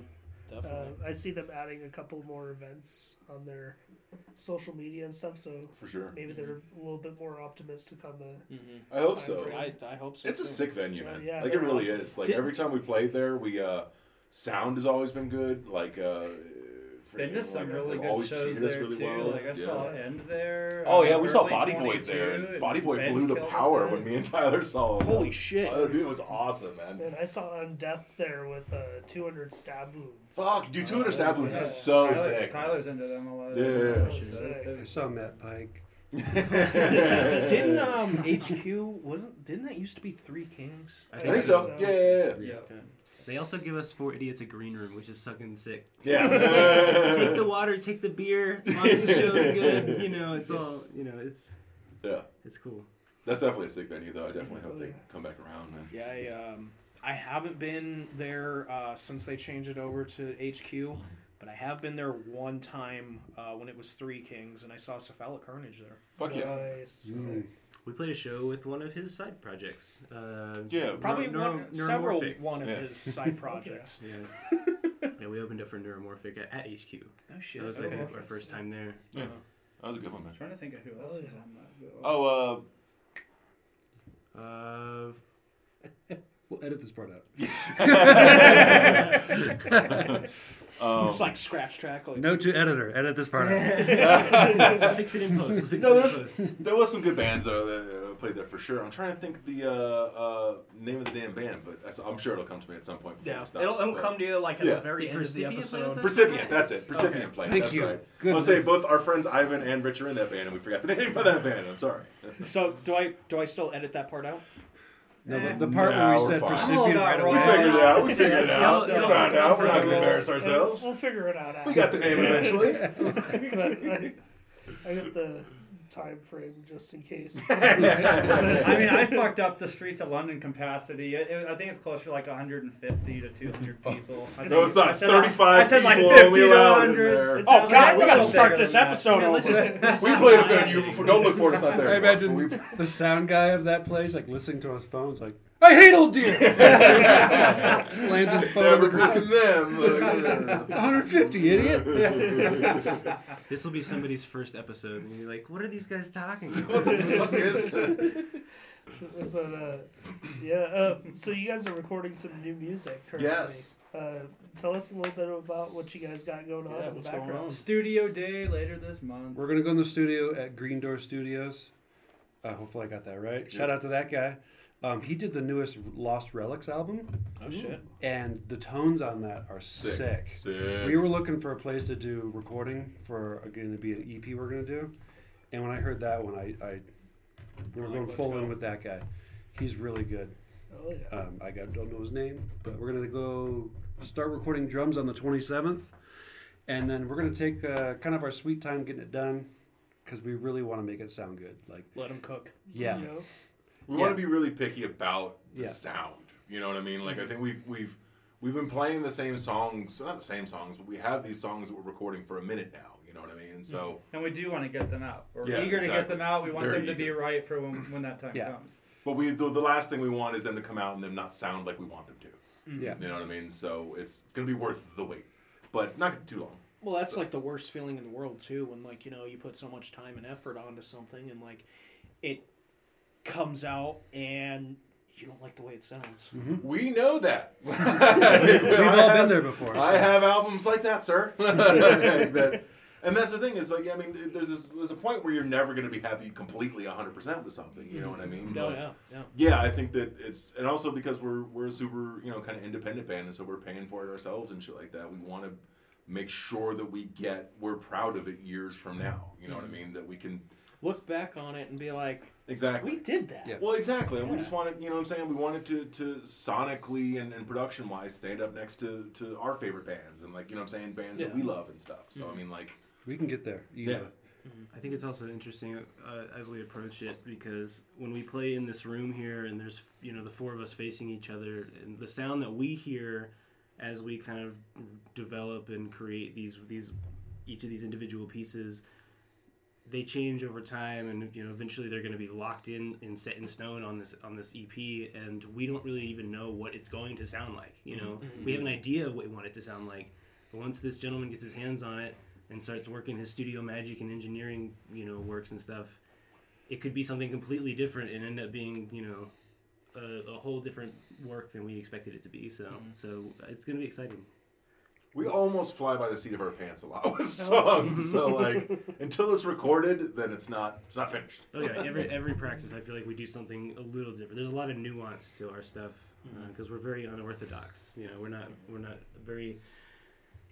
[SPEAKER 4] definitely.
[SPEAKER 2] Uh, I see them adding a couple more events on their social media and stuff, so
[SPEAKER 5] For sure.
[SPEAKER 2] maybe they're a
[SPEAKER 5] Mm-hmm.
[SPEAKER 2] little bit more optimistic on the.
[SPEAKER 4] hmm
[SPEAKER 5] I hope so.
[SPEAKER 4] I, I hope so.
[SPEAKER 5] It's a
[SPEAKER 4] too.
[SPEAKER 5] sick venue, man.
[SPEAKER 2] Yeah,
[SPEAKER 5] like it
[SPEAKER 2] they're
[SPEAKER 5] really
[SPEAKER 2] awesome.
[SPEAKER 5] is. Like
[SPEAKER 4] Did-
[SPEAKER 5] every time we played there, we uh, sound has always been good. Like uh,
[SPEAKER 8] Been to
[SPEAKER 5] freaking,
[SPEAKER 8] some
[SPEAKER 5] like,
[SPEAKER 8] really
[SPEAKER 5] they've
[SPEAKER 8] good
[SPEAKER 5] always
[SPEAKER 8] shows
[SPEAKER 5] treated us
[SPEAKER 8] there
[SPEAKER 5] really
[SPEAKER 8] too.
[SPEAKER 5] well.
[SPEAKER 8] Like I
[SPEAKER 5] Yeah.
[SPEAKER 8] saw End there.
[SPEAKER 5] Oh
[SPEAKER 8] uh,
[SPEAKER 5] yeah, we saw
[SPEAKER 8] Early
[SPEAKER 5] Body Void
[SPEAKER 8] 22,
[SPEAKER 5] there, and
[SPEAKER 8] and
[SPEAKER 5] Body Void
[SPEAKER 8] Ben
[SPEAKER 5] blew the
[SPEAKER 8] killed
[SPEAKER 5] power
[SPEAKER 8] it.
[SPEAKER 5] when me and Tyler saw him.
[SPEAKER 4] Holy shit.
[SPEAKER 5] Oh, dude, it was awesome, man.
[SPEAKER 2] And I saw on death there with uh, 200 stab wounds.
[SPEAKER 5] Fuck, dude, two hundred stab wounds
[SPEAKER 8] Yeah.
[SPEAKER 5] is so
[SPEAKER 8] Tyler-
[SPEAKER 5] sick.
[SPEAKER 8] Tyler's into them a lot.
[SPEAKER 5] Yeah, yeah, yeah.
[SPEAKER 2] That was sick.
[SPEAKER 6] I saw Matt Pike.
[SPEAKER 4] didn't
[SPEAKER 3] uh,
[SPEAKER 4] um HQ wasn't didn't that used to be Three Kings?
[SPEAKER 7] I
[SPEAKER 5] I think so. Yeah, yeah,
[SPEAKER 8] uh,
[SPEAKER 5] yeah.
[SPEAKER 2] Yeah.
[SPEAKER 7] They also give us four idiots a green room, which is fucking sick.
[SPEAKER 5] Yeah.
[SPEAKER 7] take the water, take the beer. Honest, the show's good. You know, it's all you know. It's
[SPEAKER 5] Yeah.
[SPEAKER 7] it's cool.
[SPEAKER 5] That's definitely a sick venue, though. I definitely hope they come back around, man.
[SPEAKER 4] Yeah, I, um, I haven't been there uh, since they changed it over to HQ, but I have been there one time uh, when it was Three Kings, and I saw Cephalic Carnage there.
[SPEAKER 5] Fuck yeah.
[SPEAKER 2] Nice.
[SPEAKER 6] Mm.
[SPEAKER 7] We played a show with one of his side projects. Uh,
[SPEAKER 5] Yeah.
[SPEAKER 4] Probably
[SPEAKER 7] Neuro-
[SPEAKER 4] one,
[SPEAKER 7] Neuro-
[SPEAKER 4] several
[SPEAKER 7] Neuromorphic.
[SPEAKER 4] one of
[SPEAKER 5] Yeah.
[SPEAKER 4] his side projects.
[SPEAKER 7] Yeah. yeah, we opened up for Neuromorphic at, at HQ.
[SPEAKER 4] Oh shit!
[SPEAKER 7] That was like
[SPEAKER 4] okay.
[SPEAKER 7] our first time there.
[SPEAKER 5] That was a good one, man.
[SPEAKER 8] trying to think of who else
[SPEAKER 2] Oh,
[SPEAKER 8] was
[SPEAKER 2] yeah.
[SPEAKER 8] on that. bill.
[SPEAKER 5] Oh,
[SPEAKER 7] Uh,
[SPEAKER 6] We'll edit this part out.
[SPEAKER 5] uh, um,
[SPEAKER 4] It's like scratch track. Like,
[SPEAKER 6] Note to editor, edit this part out.
[SPEAKER 7] we'll fix it in post. We'll fix
[SPEAKER 5] No,
[SPEAKER 7] it in
[SPEAKER 5] there's
[SPEAKER 7] post.
[SPEAKER 5] uh, there was some good bands though that uh, played there for sure. I'm trying to think the uh, uh, name of the damn band, but that's, I'm sure it'll come to me at some point. before
[SPEAKER 4] yeah,
[SPEAKER 5] we stop,
[SPEAKER 4] it'll it'll
[SPEAKER 5] but-
[SPEAKER 4] come to you like at
[SPEAKER 5] Yeah.
[SPEAKER 4] the very
[SPEAKER 7] Did
[SPEAKER 4] end of the
[SPEAKER 7] Percipient play
[SPEAKER 4] episode.
[SPEAKER 7] with us?
[SPEAKER 5] Percipient, that's it. Percipient played.
[SPEAKER 6] Thank
[SPEAKER 5] that's
[SPEAKER 6] you.
[SPEAKER 5] right. I'll
[SPEAKER 6] Goodness.
[SPEAKER 5] say both our friends Ivan and Richard are in that band, and we forgot the name of that band. I'm sorry.
[SPEAKER 4] So do I do I still edit that part out?
[SPEAKER 6] No, the, the part
[SPEAKER 5] Nah,
[SPEAKER 6] where we
[SPEAKER 5] we're
[SPEAKER 6] said
[SPEAKER 5] fine.
[SPEAKER 8] All
[SPEAKER 6] percipient right
[SPEAKER 8] about
[SPEAKER 5] We
[SPEAKER 6] away.
[SPEAKER 8] Ryan.
[SPEAKER 5] figured it out. We figured it out. We
[SPEAKER 7] Y'all- y'all
[SPEAKER 5] found out. We're not going to
[SPEAKER 8] figured it
[SPEAKER 5] embarrass
[SPEAKER 8] out.
[SPEAKER 5] ourselves.
[SPEAKER 2] We'll figure it out after.
[SPEAKER 5] We got the name eventually.
[SPEAKER 2] I, I got the time frame just in case.
[SPEAKER 5] Oh,
[SPEAKER 8] I mean, I fucked up the streets of London capacity. It, it- I think it's closer to like 150 to 200
[SPEAKER 5] Oh.
[SPEAKER 8] people. I
[SPEAKER 5] No,
[SPEAKER 8] think-
[SPEAKER 5] it's not.
[SPEAKER 8] I
[SPEAKER 5] It's
[SPEAKER 8] said like-
[SPEAKER 5] 35
[SPEAKER 8] I said like
[SPEAKER 5] people
[SPEAKER 8] 50
[SPEAKER 5] only
[SPEAKER 8] to
[SPEAKER 5] allowed in
[SPEAKER 8] 100.
[SPEAKER 5] there.
[SPEAKER 8] It's
[SPEAKER 4] Oh, God,
[SPEAKER 8] not-
[SPEAKER 4] we
[SPEAKER 8] it's
[SPEAKER 4] gotta
[SPEAKER 8] not
[SPEAKER 4] start
[SPEAKER 8] bigger
[SPEAKER 4] this
[SPEAKER 8] than that.
[SPEAKER 4] episode
[SPEAKER 8] I mean, let's
[SPEAKER 4] over.
[SPEAKER 8] just-
[SPEAKER 5] We played a venue before. Don't look for it. It's not there.
[SPEAKER 6] I
[SPEAKER 5] anymore.
[SPEAKER 6] imagine the sound guy of that place, like listening to his phone's like, I hate old deer. Slams
[SPEAKER 5] We
[SPEAKER 6] his phone. on the
[SPEAKER 5] never
[SPEAKER 6] ground.
[SPEAKER 5] group them. Like,
[SPEAKER 6] It's 150, idiot.
[SPEAKER 7] This will be somebody's first episode, and you're like, "What are these guys talking
[SPEAKER 5] what
[SPEAKER 7] about?"
[SPEAKER 5] the fuck is this?
[SPEAKER 2] but uh, yeah, uh, so you guys are recording some new music currently.
[SPEAKER 5] Yes.
[SPEAKER 2] Uh, tell us a little bit about what you guys got going on
[SPEAKER 4] Yeah,
[SPEAKER 2] in the
[SPEAKER 4] what's going
[SPEAKER 2] background.
[SPEAKER 4] on?
[SPEAKER 8] Studio day later this month.
[SPEAKER 6] We're gonna go in the studio at Green Door Studios. Uh, hopefully, I got that right. Shout out to that guy. Um, he did the newest Lost Relics album,
[SPEAKER 4] Oh shit!
[SPEAKER 6] and the tones on that are sick. We were looking for a place to do recording for going to be an EP we're gonna do, and when I heard that one, I, I we were
[SPEAKER 4] Like,
[SPEAKER 6] going
[SPEAKER 4] let's
[SPEAKER 6] full
[SPEAKER 4] go.
[SPEAKER 6] in with that guy. He's really good.
[SPEAKER 2] Oh, yeah.
[SPEAKER 6] Um, I got, don't know his name, but we're gonna go start recording drums on the 27th, And then we're going to take uh, kind of our sweet time getting it done because we really want to make it sound good. Like,
[SPEAKER 4] Let them cook.
[SPEAKER 6] yeah.
[SPEAKER 2] You know?
[SPEAKER 5] We
[SPEAKER 6] Yeah.
[SPEAKER 5] want to be really picky about the
[SPEAKER 6] Yeah. Mm-hmm.
[SPEAKER 5] sound. You know what I mean? Like I think we've we've we've been playing the same songs, not the same songs, but we have these songs that we're recording for a minute now. You know what I mean? And so
[SPEAKER 6] Mm-hmm.
[SPEAKER 8] And we do want to get them out. We're
[SPEAKER 5] Yeah,
[SPEAKER 8] eager to get
[SPEAKER 5] exactly.
[SPEAKER 8] them out. We want
[SPEAKER 5] They're
[SPEAKER 8] them to be right for when, when that time
[SPEAKER 6] Yeah.
[SPEAKER 8] comes.
[SPEAKER 5] but we the, the last thing we want is them to come out and them not sound like we want them to.
[SPEAKER 6] Yeah.
[SPEAKER 5] You know what I mean? So it's gonna be worth the wait. But not too long.
[SPEAKER 4] Well, that's like the worst feeling in the world too. When like you know you put so much time and effort onto something, and like it comes out, and you don't like the way it sounds.
[SPEAKER 2] Mm-hmm.
[SPEAKER 5] We know that. We've
[SPEAKER 6] We've all been there before.
[SPEAKER 5] I
[SPEAKER 6] so-
[SPEAKER 5] have albums like that, sir. That- and that's the thing is like I mean, there's this, there's a point where you're never going to be happy completely 100 percent with something. You know what I mean?
[SPEAKER 4] No,
[SPEAKER 5] But-
[SPEAKER 4] Oh, yeah, yeah.
[SPEAKER 5] yeah, I think that it's and also because we're we're a super you know kind of independent band, and so we're paying for it ourselves and shit like that. We want to make sure that we get we're proud of it years from now. You know what I mean? That we can
[SPEAKER 4] Look back on it and be like,
[SPEAKER 5] exactly.
[SPEAKER 4] we did that.
[SPEAKER 6] Yeah.
[SPEAKER 5] Well, exactly. And we
[SPEAKER 4] Yeah.
[SPEAKER 5] just wanted, you know what I'm saying? We wanted to, to sonically and, and production wise stand up next to, to our favorite bands and, like, you know what I'm saying? Bands that
[SPEAKER 4] Yeah.
[SPEAKER 5] we love and stuff. So,
[SPEAKER 2] Mm-hmm.
[SPEAKER 5] I mean, like,
[SPEAKER 6] We can get there. easily.
[SPEAKER 5] Yeah.
[SPEAKER 7] I think it's also interesting uh, as we approach it because when we play in this room here and there's you know the four of us facing each other and the sound that we hear as we kind of develop and create these these each of these individual pieces they change over time and you know eventually they're going to be locked in and set in stone on this on this EP and we don't really even know what it's going to sound like you know we have an idea of what we want it to sound like but once this gentleman gets his hands on it and starts working his studio magic and engineering you know works and stuff it could be something completely different and end up being you know a, a whole different work than we expected it to be so so it's going to be exciting
[SPEAKER 5] we almost fly by the seat of our pants a lot
[SPEAKER 2] Oh.
[SPEAKER 5] with songs. so, like, until it's recorded, then it's not it's not finished.
[SPEAKER 7] Oh yeah, every every practice I feel like we do something a little different. There's a lot of nuance to our stuff because we're very unorthodox. You know, we're not we're not very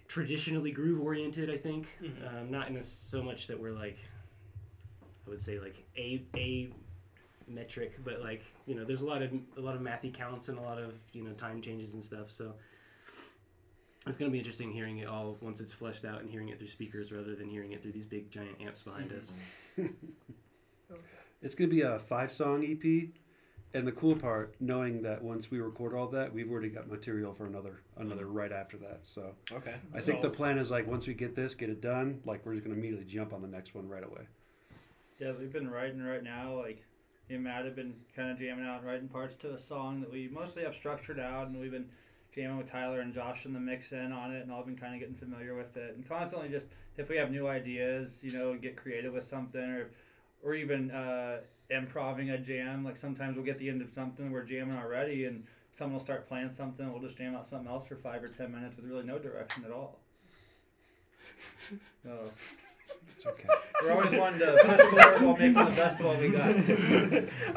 [SPEAKER 7] traditionally groove oriented. I think um, not in a, so much that we're like I would say like a a metric, but like you know, there's a lot of a lot of mathy counts and a lot of you know time changes and stuff. So. It's gonna be interesting hearing it all once it's fleshed out and hearing it through speakers rather than hearing it through these big giant amps behind us.
[SPEAKER 6] It's going to be a five song EP. And the cool part, knowing that once we record all that, we've already got material for another
[SPEAKER 9] Mm-hmm.
[SPEAKER 6] another right after that. So
[SPEAKER 4] Okay.
[SPEAKER 6] I think the plan is like once we get this, get it done, like we're just gonna immediately jump on the next one right away.
[SPEAKER 8] Yeah, as we've been writing right now, like me and Matt have been kind of jamming out and writing parts to a song that we mostly have structured out, and we've been jamming with Tyler and Josh in the mix in on it, and all been kind of getting familiar with it, and constantly just if we have new ideas, you know, get creative with something, or or even uh, improving a jam. Like sometimes we'll get the end of something we're jamming already, and someone will start playing something, we'll just jam out something else for five or ten minutes with really no direction at all. So.
[SPEAKER 6] It's okay.
[SPEAKER 8] We're always wanting to punch forward while making the best of what we got.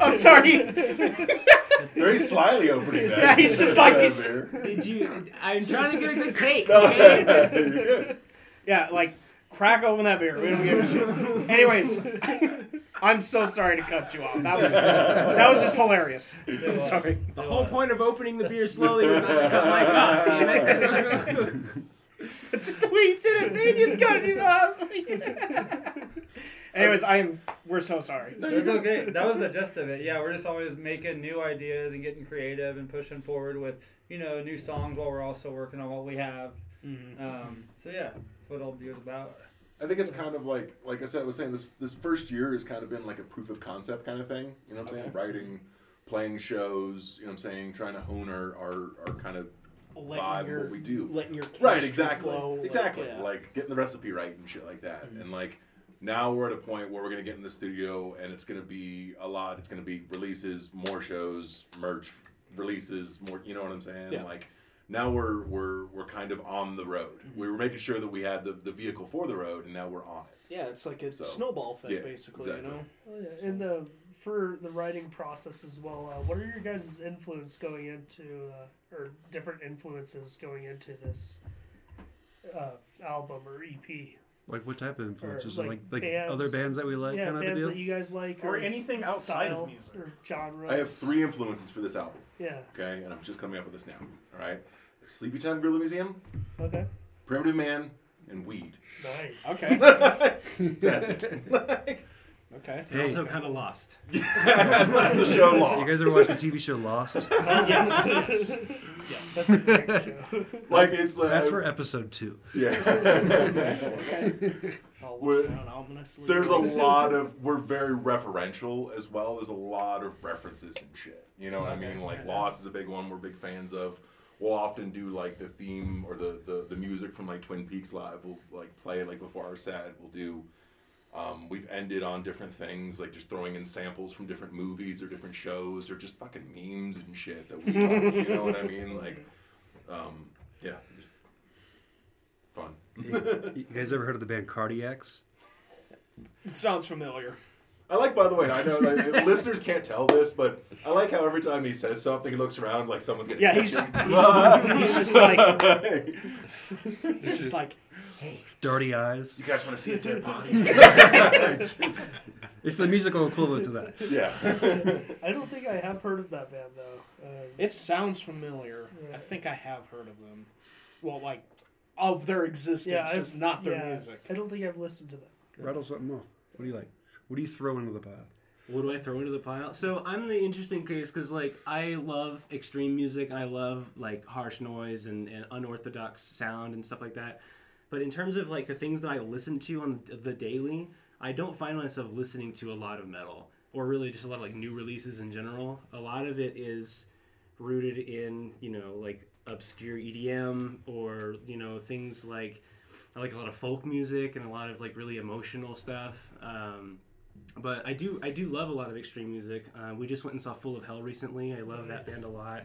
[SPEAKER 2] I'm sorry. he's-
[SPEAKER 5] Very slyly opening that.
[SPEAKER 2] Yeah, he's just like- he's-
[SPEAKER 5] You're
[SPEAKER 7] Did you? I'm trying to get a good take.
[SPEAKER 5] good.
[SPEAKER 2] Yeah, like crack open that beer. We don't give a shit. Anyways, I'm so sorry to cut you off. That was that was just hilarious. I'm sorry.
[SPEAKER 7] The whole point of opening the beer slowly was not to cut my cough. Damn it.
[SPEAKER 2] It's just the way you did it, man. You cut him off. Anyways, I am. We're so sorry.
[SPEAKER 8] That's okay. That was the gist of it. Yeah, we're just always making new ideas and getting creative and pushing forward with you know new songs while we're also working on what we have. Um, so yeah, that's what all the deal's about.
[SPEAKER 5] I think it's kind of like, like I said, I was saying this this first year has kind of been like a proof of concept kind of thing. You know what I'm saying? Writing, playing shows. You know what I'm saying? Trying to hone our our, our kind of vibe
[SPEAKER 4] Letting
[SPEAKER 5] of
[SPEAKER 4] your,
[SPEAKER 5] what we do.
[SPEAKER 4] Letting your
[SPEAKER 5] right
[SPEAKER 4] chemistry
[SPEAKER 5] exactly
[SPEAKER 4] flow, like,
[SPEAKER 5] exactly like,
[SPEAKER 4] yeah. Mm-hmm.
[SPEAKER 5] getting the recipe right and shit like that and like now we're at a point where we're gonna get in the studio and it's gonna be a lot it's gonna be releases more shows merch releases more you know what i'm saying
[SPEAKER 4] Yeah.
[SPEAKER 5] like now we're we're we're kind of on the road
[SPEAKER 4] Mm-hmm.
[SPEAKER 5] we were making sure that we had the, the vehicle for the road and now we're on it
[SPEAKER 4] yeah, it's like a
[SPEAKER 5] So,
[SPEAKER 4] snowball thing,
[SPEAKER 5] yeah,
[SPEAKER 4] basically.
[SPEAKER 5] exactly.
[SPEAKER 4] You know.
[SPEAKER 2] Oh, yeah. And uh, for the writing process as well, uh, what are your guys' influence going into, uh, or different influences going into this uh, album or E EP?
[SPEAKER 9] Like what type of influences? Like
[SPEAKER 2] like,
[SPEAKER 9] like, other
[SPEAKER 2] bands-
[SPEAKER 9] bands that we like,
[SPEAKER 2] yeah,
[SPEAKER 9] kind of a
[SPEAKER 2] bands
[SPEAKER 9] deal.
[SPEAKER 2] that you guys like,
[SPEAKER 4] Or
[SPEAKER 2] s-
[SPEAKER 4] anything outside of
[SPEAKER 2] style
[SPEAKER 4] music.
[SPEAKER 2] or genres.
[SPEAKER 5] i have three influences for this album
[SPEAKER 2] Yeah.
[SPEAKER 5] okay and i'm just coming up with this now all right it's sleepy time gorilla museum
[SPEAKER 2] Okay. Oh,
[SPEAKER 5] primitive man and weed.
[SPEAKER 2] Nice.
[SPEAKER 4] Okay.
[SPEAKER 5] That's it.
[SPEAKER 4] Okay.
[SPEAKER 7] And also kind of lost.
[SPEAKER 5] the show
[SPEAKER 9] You
[SPEAKER 5] lost.
[SPEAKER 9] guys ever watched the TV show Lost?
[SPEAKER 2] yes, yes, yes. That's a great show.
[SPEAKER 5] Like it's uh, like
[SPEAKER 9] That's for episode two.
[SPEAKER 5] yeah.
[SPEAKER 4] All
[SPEAKER 5] We're-
[SPEAKER 4] sound ominously.
[SPEAKER 5] There's a lot of we're very referential as well. There's a lot of references and shit. You know what I mean? Like Lost is a big one we're big fans of. We'll often do like the theme or the, the, the music from like Twin Peaks live. We'll like play it like before our set. We'll do. Um, we've ended on different things like just throwing in samples from different movies or different shows or just fucking memes and shit that we. you know what I mean? Like, um, yeah, just fun.
[SPEAKER 9] You guys ever heard of the band Cardiacs?
[SPEAKER 4] It sounds familiar.
[SPEAKER 5] I like, by the way, I know like, listeners can't tell this, but I like how every time he says something, he looks around like someone's gonna.
[SPEAKER 4] Yeah,
[SPEAKER 5] catch
[SPEAKER 4] he's
[SPEAKER 5] him.
[SPEAKER 4] he's, he's just like he's just like
[SPEAKER 9] Dirty Eyes.
[SPEAKER 5] you guys want to see a dead body?
[SPEAKER 9] It's the musical equivalent to that.
[SPEAKER 5] yeah.
[SPEAKER 2] I don't think I have heard of that band though. Um,
[SPEAKER 4] it sounds familiar. I think I have heard of them. Well, like of their existence,
[SPEAKER 2] yeah,
[SPEAKER 4] just
[SPEAKER 2] I've-
[SPEAKER 4] not their
[SPEAKER 2] yeah,
[SPEAKER 4] music.
[SPEAKER 2] I don't think I've listened to them.
[SPEAKER 9] Rattle something off. What do you like? What do you throw into the pile?
[SPEAKER 7] What do I throw into the pile? So I'm the interesting case because, like, I love extreme music. I love like harsh noise and, and unorthodox sound and stuff like that. But in terms of like the things that I listen to on the daily, I don't find myself listening to a lot of metal or really just a lot of like new releases in general. A lot of it is rooted in you know like obscure EDM or you know things like I like a lot of folk music and a lot of like really emotional stuff. Um, but I do I do love a lot of extreme music. Uh, we just went and saw Full of Hell recently. I love that band a lot.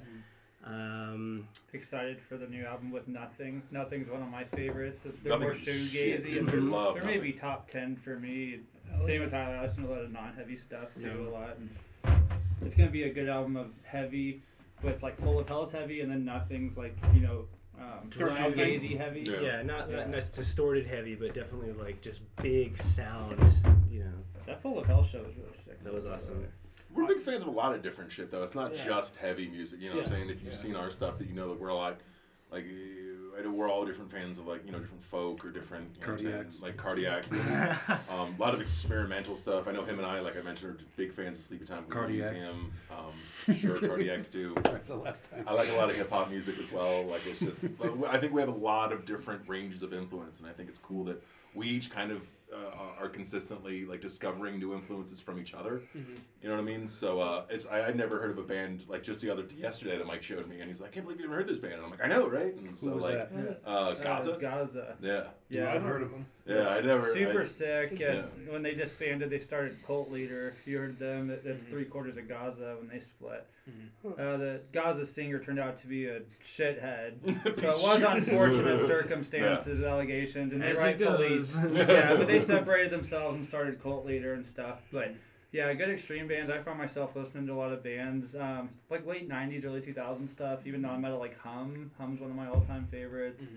[SPEAKER 7] Um,
[SPEAKER 8] Excited for the new album with Nothing. Nothing's one of my favorites. They're
[SPEAKER 5] Nothing's
[SPEAKER 8] more
[SPEAKER 5] shit.
[SPEAKER 8] shoegazy. and
[SPEAKER 5] I
[SPEAKER 8] They're,
[SPEAKER 5] love
[SPEAKER 8] they're maybe
[SPEAKER 5] Nothing.
[SPEAKER 8] top ten for me.
[SPEAKER 7] Oh,
[SPEAKER 8] Same with Tyler. I listen to a lot of non-heavy stuff too
[SPEAKER 7] Yeah.
[SPEAKER 8] a lot. And it's gonna be a good album of heavy, with like Full of Hell's heavy, and then Nothing's like you know um,
[SPEAKER 7] They're nothing.
[SPEAKER 8] shoegazy heavy.
[SPEAKER 5] Yeah.
[SPEAKER 7] yeah, not
[SPEAKER 8] Yeah.
[SPEAKER 7] not not distorted heavy, but definitely like just big sound. You know,
[SPEAKER 8] That Full of Hell show was really sick.
[SPEAKER 7] that was awesome.
[SPEAKER 5] We're big fans of a lot of different shit, though. It's not
[SPEAKER 8] Yeah.
[SPEAKER 5] just heavy music. You know what I'm
[SPEAKER 8] Yeah.
[SPEAKER 5] saying? If you've
[SPEAKER 8] Yeah.
[SPEAKER 5] seen our stuff, that you know that we're like, like eh, I know we're all different fans of like you know different folk or different you know what I'm saying,
[SPEAKER 9] Cardiacs.
[SPEAKER 5] like cardiacs. um, a lot of experimental stuff. I know him and I, like I mentioned, are big fans of Sleepy Time Blues
[SPEAKER 9] Cardiacs.
[SPEAKER 5] Museum. Um, sure, cardiacs do.
[SPEAKER 9] That's the last time.
[SPEAKER 5] I like a lot of hip hop music as well. Like it's just, I think we have a lot of different ranges of influence, and I think it's cool that we each kind of uh, are consistently like discovering new influences from each other.
[SPEAKER 8] Mm-hmm.
[SPEAKER 5] You know what I mean? So uh, it's I, I'd never heard of a band like just the other yesterday that Mike showed me, and he's like, I can't believe you ever heard this band. And I'm like, I know, right? And
[SPEAKER 9] Who
[SPEAKER 5] so
[SPEAKER 9] was
[SPEAKER 5] like,
[SPEAKER 9] that?
[SPEAKER 5] Uh,
[SPEAKER 8] Gaza.
[SPEAKER 5] Gaza.
[SPEAKER 8] Gaza.
[SPEAKER 5] Yeah,
[SPEAKER 8] Yeah,
[SPEAKER 4] I've heard of them.
[SPEAKER 5] yeah. I never.
[SPEAKER 8] Super
[SPEAKER 5] I,
[SPEAKER 8] sick.
[SPEAKER 5] Yeah.
[SPEAKER 8] Yes. When they disbanded, they started Cult Leader. You heard them. that- That's
[SPEAKER 7] Mm-hmm.
[SPEAKER 8] three quarters of Gaza when they split.
[SPEAKER 4] Mm-hmm.
[SPEAKER 8] Uh, the Gaza singer turned out to be a shithead. so it was unfortunate circumstances, allegations, and they
[SPEAKER 7] As it
[SPEAKER 8] rightfully.
[SPEAKER 7] goes.
[SPEAKER 8] yeah, but they separated themselves and started Cult Leader and stuff. But
[SPEAKER 4] Mm-hmm.
[SPEAKER 8] yeah, good extreme bands. I found myself listening to a lot of bands, um, like late '90s, early 2000s stuff. Even non-metal, like Hum. Hum's one of my all-time favorites.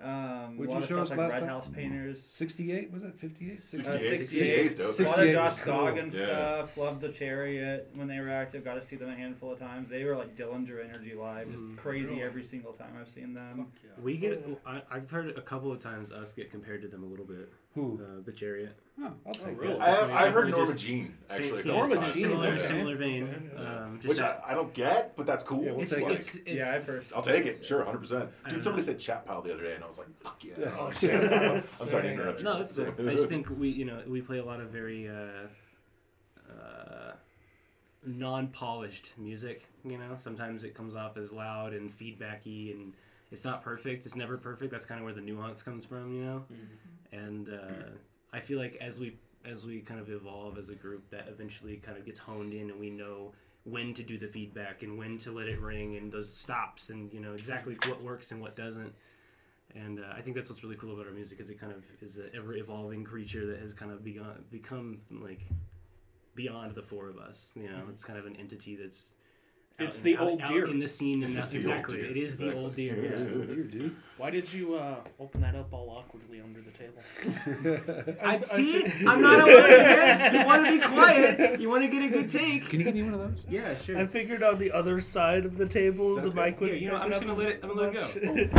[SPEAKER 8] Um,
[SPEAKER 9] What'd
[SPEAKER 8] a
[SPEAKER 9] you
[SPEAKER 8] lot of
[SPEAKER 9] show
[SPEAKER 8] stuff
[SPEAKER 9] us
[SPEAKER 8] like
[SPEAKER 9] last
[SPEAKER 8] Red
[SPEAKER 9] time?
[SPEAKER 8] House Painters. Uh,
[SPEAKER 9] 68? Was that 58?
[SPEAKER 5] 68.
[SPEAKER 4] Uh,
[SPEAKER 9] 68.
[SPEAKER 5] 68 's dope.
[SPEAKER 8] A lot of
[SPEAKER 9] 68 was
[SPEAKER 8] Josh
[SPEAKER 9] cool.
[SPEAKER 8] Goggins
[SPEAKER 5] Yeah.
[SPEAKER 8] stuff. Loved the Chariot when they were active. Got to see them a handful of times. They were like Dillinger Energy Live. Just
[SPEAKER 9] Mm.
[SPEAKER 8] crazy every single time I've seen
[SPEAKER 6] Um,
[SPEAKER 8] them.
[SPEAKER 7] We get I, I've heard a couple of times us get compared to them a little bit.
[SPEAKER 9] Who?
[SPEAKER 7] Uh, the Chariot.
[SPEAKER 9] Oh, I'll take
[SPEAKER 4] really?
[SPEAKER 9] that.
[SPEAKER 5] I, have, I heard
[SPEAKER 7] Just-
[SPEAKER 5] Norma Jean actually.
[SPEAKER 7] Same-
[SPEAKER 4] Norma
[SPEAKER 7] similar-
[SPEAKER 4] Jean,
[SPEAKER 7] similar,
[SPEAKER 4] yeah.
[SPEAKER 7] similar vein. Um, just
[SPEAKER 5] which
[SPEAKER 7] that-
[SPEAKER 5] I, I don't get, but that's cool.
[SPEAKER 9] Yeah, we'll
[SPEAKER 5] It's
[SPEAKER 9] take it.
[SPEAKER 5] like-
[SPEAKER 7] it's, it's,
[SPEAKER 8] yeah, I first.
[SPEAKER 5] I'll take it, sure, 100%.
[SPEAKER 7] I
[SPEAKER 5] Dude,
[SPEAKER 7] don't
[SPEAKER 5] somebody
[SPEAKER 7] know.
[SPEAKER 5] said chat pile the other day, and I was like, fuck yeah.
[SPEAKER 9] Yeah.
[SPEAKER 5] Oh, shit. I'm sorry to interrupt you.
[SPEAKER 7] No, it's cool. I just think we, you know, we play a lot of very uh, uh, non-polished music. You know, sometimes it comes off as loud and feedbacky, and it's not perfect. It's never perfect. That's kind of where the nuance comes from. You know, and uh, I feel like as we as we kind of evolve as a group, that eventually kind of gets honed in, and we know when to do the feedback and when to let it ring and those stops and you know exactly what works and what doesn't and uh, I think that's what's really cool about our music is it kind of is an ever evolving creature that has kind of begun become like beyond the four of us. You know, it's kind of an entity that's
[SPEAKER 4] It's
[SPEAKER 7] out-
[SPEAKER 4] the
[SPEAKER 7] out-
[SPEAKER 4] old
[SPEAKER 7] out
[SPEAKER 4] deer.
[SPEAKER 7] in the scene, and
[SPEAKER 5] It's
[SPEAKER 7] that's
[SPEAKER 5] the old
[SPEAKER 7] exactly
[SPEAKER 5] deer,
[SPEAKER 7] it is the old deer. yeah.
[SPEAKER 9] Oh, dear, dude.
[SPEAKER 4] Why did you uh, open that up all awkwardly under the table?
[SPEAKER 7] I see. I'm not aware. You want to be quiet. You want to get a good take.
[SPEAKER 9] Can you give me one of those?
[SPEAKER 7] Yeah, sure.
[SPEAKER 2] I figured on the other side of the table the mic would.
[SPEAKER 7] Here, you know, I'm just gonna let it- I'm gonna let
[SPEAKER 2] it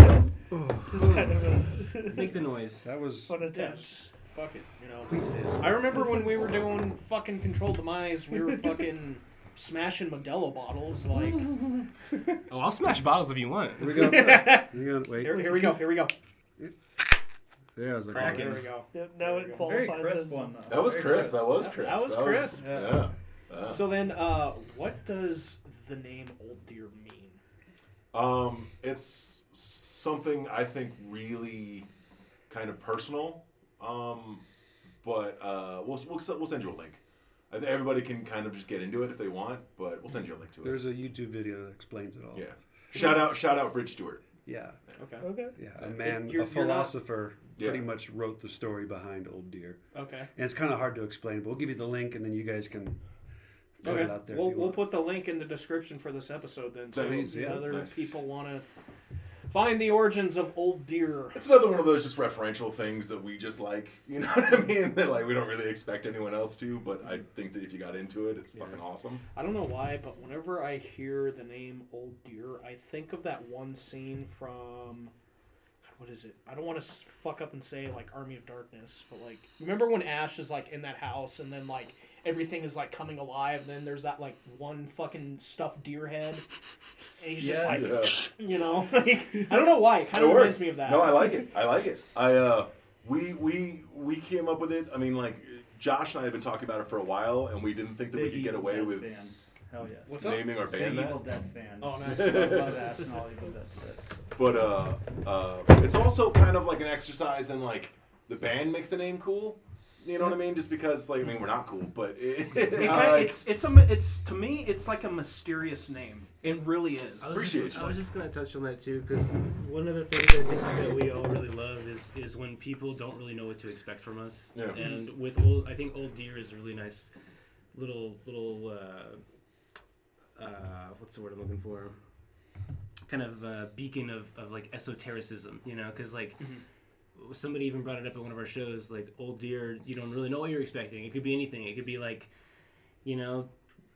[SPEAKER 5] Oh.
[SPEAKER 2] go. just kind of a
[SPEAKER 7] Make the noise.
[SPEAKER 6] That was
[SPEAKER 2] fun
[SPEAKER 4] Yeah,
[SPEAKER 2] attempt.
[SPEAKER 4] just fuck it, you know. I remember when we were doing fucking controlled demise, we were fucking smashing Modelo bottles. Like,
[SPEAKER 7] Oh, I'll smash bottles if you want.
[SPEAKER 6] Here we go. Here we go. Wait.
[SPEAKER 4] here, here we go, here we go.
[SPEAKER 9] There, I was like,
[SPEAKER 4] Oh,
[SPEAKER 9] oh,
[SPEAKER 4] here we
[SPEAKER 9] man.
[SPEAKER 4] go.
[SPEAKER 2] Yep, now it
[SPEAKER 8] Very
[SPEAKER 2] qualifies
[SPEAKER 8] crisp
[SPEAKER 2] as
[SPEAKER 8] one. Though.
[SPEAKER 5] That was
[SPEAKER 8] Very
[SPEAKER 5] Chris. That was Chris.
[SPEAKER 4] That was Chris.
[SPEAKER 5] Yeah. Yeah.
[SPEAKER 4] So then, uh, what does the name Old Deer mean?
[SPEAKER 5] Um, it's something I think really kind of personal. Um, but uh, we'll, we'll we'll send you a link. I think everybody can kind of just get into it if they want, but we'll send you a link to it.
[SPEAKER 6] There's a YouTube video that explains it all.
[SPEAKER 5] yeah. Shout out! Shout out! Bridge Stewart.
[SPEAKER 6] Yeah.
[SPEAKER 4] Okay.
[SPEAKER 2] Okay.
[SPEAKER 6] Yeah. A
[SPEAKER 4] you're-
[SPEAKER 6] man, a
[SPEAKER 4] you're not-
[SPEAKER 6] philosopher,
[SPEAKER 5] Yeah.
[SPEAKER 6] pretty much wrote the story behind Old Deer.
[SPEAKER 4] Okay.
[SPEAKER 6] And it's kind of hard to explain, but we'll give you the link and then you guys can put it
[SPEAKER 4] Okay.
[SPEAKER 6] out there.
[SPEAKER 4] We'll,
[SPEAKER 6] if you
[SPEAKER 4] we'll
[SPEAKER 6] want.
[SPEAKER 4] put the link in the description for this episode then, so
[SPEAKER 5] Thanks.
[SPEAKER 4] if
[SPEAKER 6] Yeah,
[SPEAKER 4] other
[SPEAKER 5] thanks.
[SPEAKER 4] people want to find the origins of Old Deer.
[SPEAKER 5] It's another one of those just referential things that we just like. You know what I mean? That like we don't really expect anyone else to, but I think that if you got into it, it's fucking awesome.
[SPEAKER 4] I don't know why, but whenever I hear the name Old Deer, I think of that one scene from. God, What is it? I don't want to fuck up and say like Army of Darkness, but like remember when Ash is like in that house and then like everything is like coming alive, and then there's that like one fucking stuffed deer head, and he's just like,
[SPEAKER 5] Yeah.
[SPEAKER 4] you know, like I don't know why. It kind of
[SPEAKER 5] It
[SPEAKER 4] reminds
[SPEAKER 5] works.
[SPEAKER 4] me of that.
[SPEAKER 5] No, I like it. I like it. I uh, we we we came up with it. I mean, like Josh and I have been talking about it for a while, and we didn't think that we
[SPEAKER 8] Big
[SPEAKER 5] could get
[SPEAKER 8] Evil
[SPEAKER 5] away
[SPEAKER 8] Dead
[SPEAKER 5] with
[SPEAKER 8] Fan. Hell yes.
[SPEAKER 4] What's up?
[SPEAKER 5] naming our
[SPEAKER 8] Big
[SPEAKER 5] band that.
[SPEAKER 8] Evil Dead fan.
[SPEAKER 4] Oh, nice.
[SPEAKER 8] I love Ash and all Evil Dead.
[SPEAKER 5] But uh, uh, it's also kind of like an exercise in like the band makes the name cool. You know what I mean? Just because, like, I mean, we're not cool, but it,
[SPEAKER 4] It
[SPEAKER 5] I
[SPEAKER 4] kinda-
[SPEAKER 5] like-
[SPEAKER 4] it's it's a it's to me it's like a mysterious name. It really is.
[SPEAKER 7] I was,
[SPEAKER 5] Appreciate
[SPEAKER 7] just,
[SPEAKER 5] it.
[SPEAKER 7] I was just gonna touch on that too, because one of the things I think that we all really love is is when people don't really know what to expect from us.
[SPEAKER 5] Yeah.
[SPEAKER 7] And with old, I think old deer is a really nice little little uh, uh, what's the word I'm looking for? Kind of uh, beacon of of like esotericism, you know, because like. Somebody even brought it up at one of our shows, like old deer. You don't really know what you're expecting. It could be anything. It could be like, you know,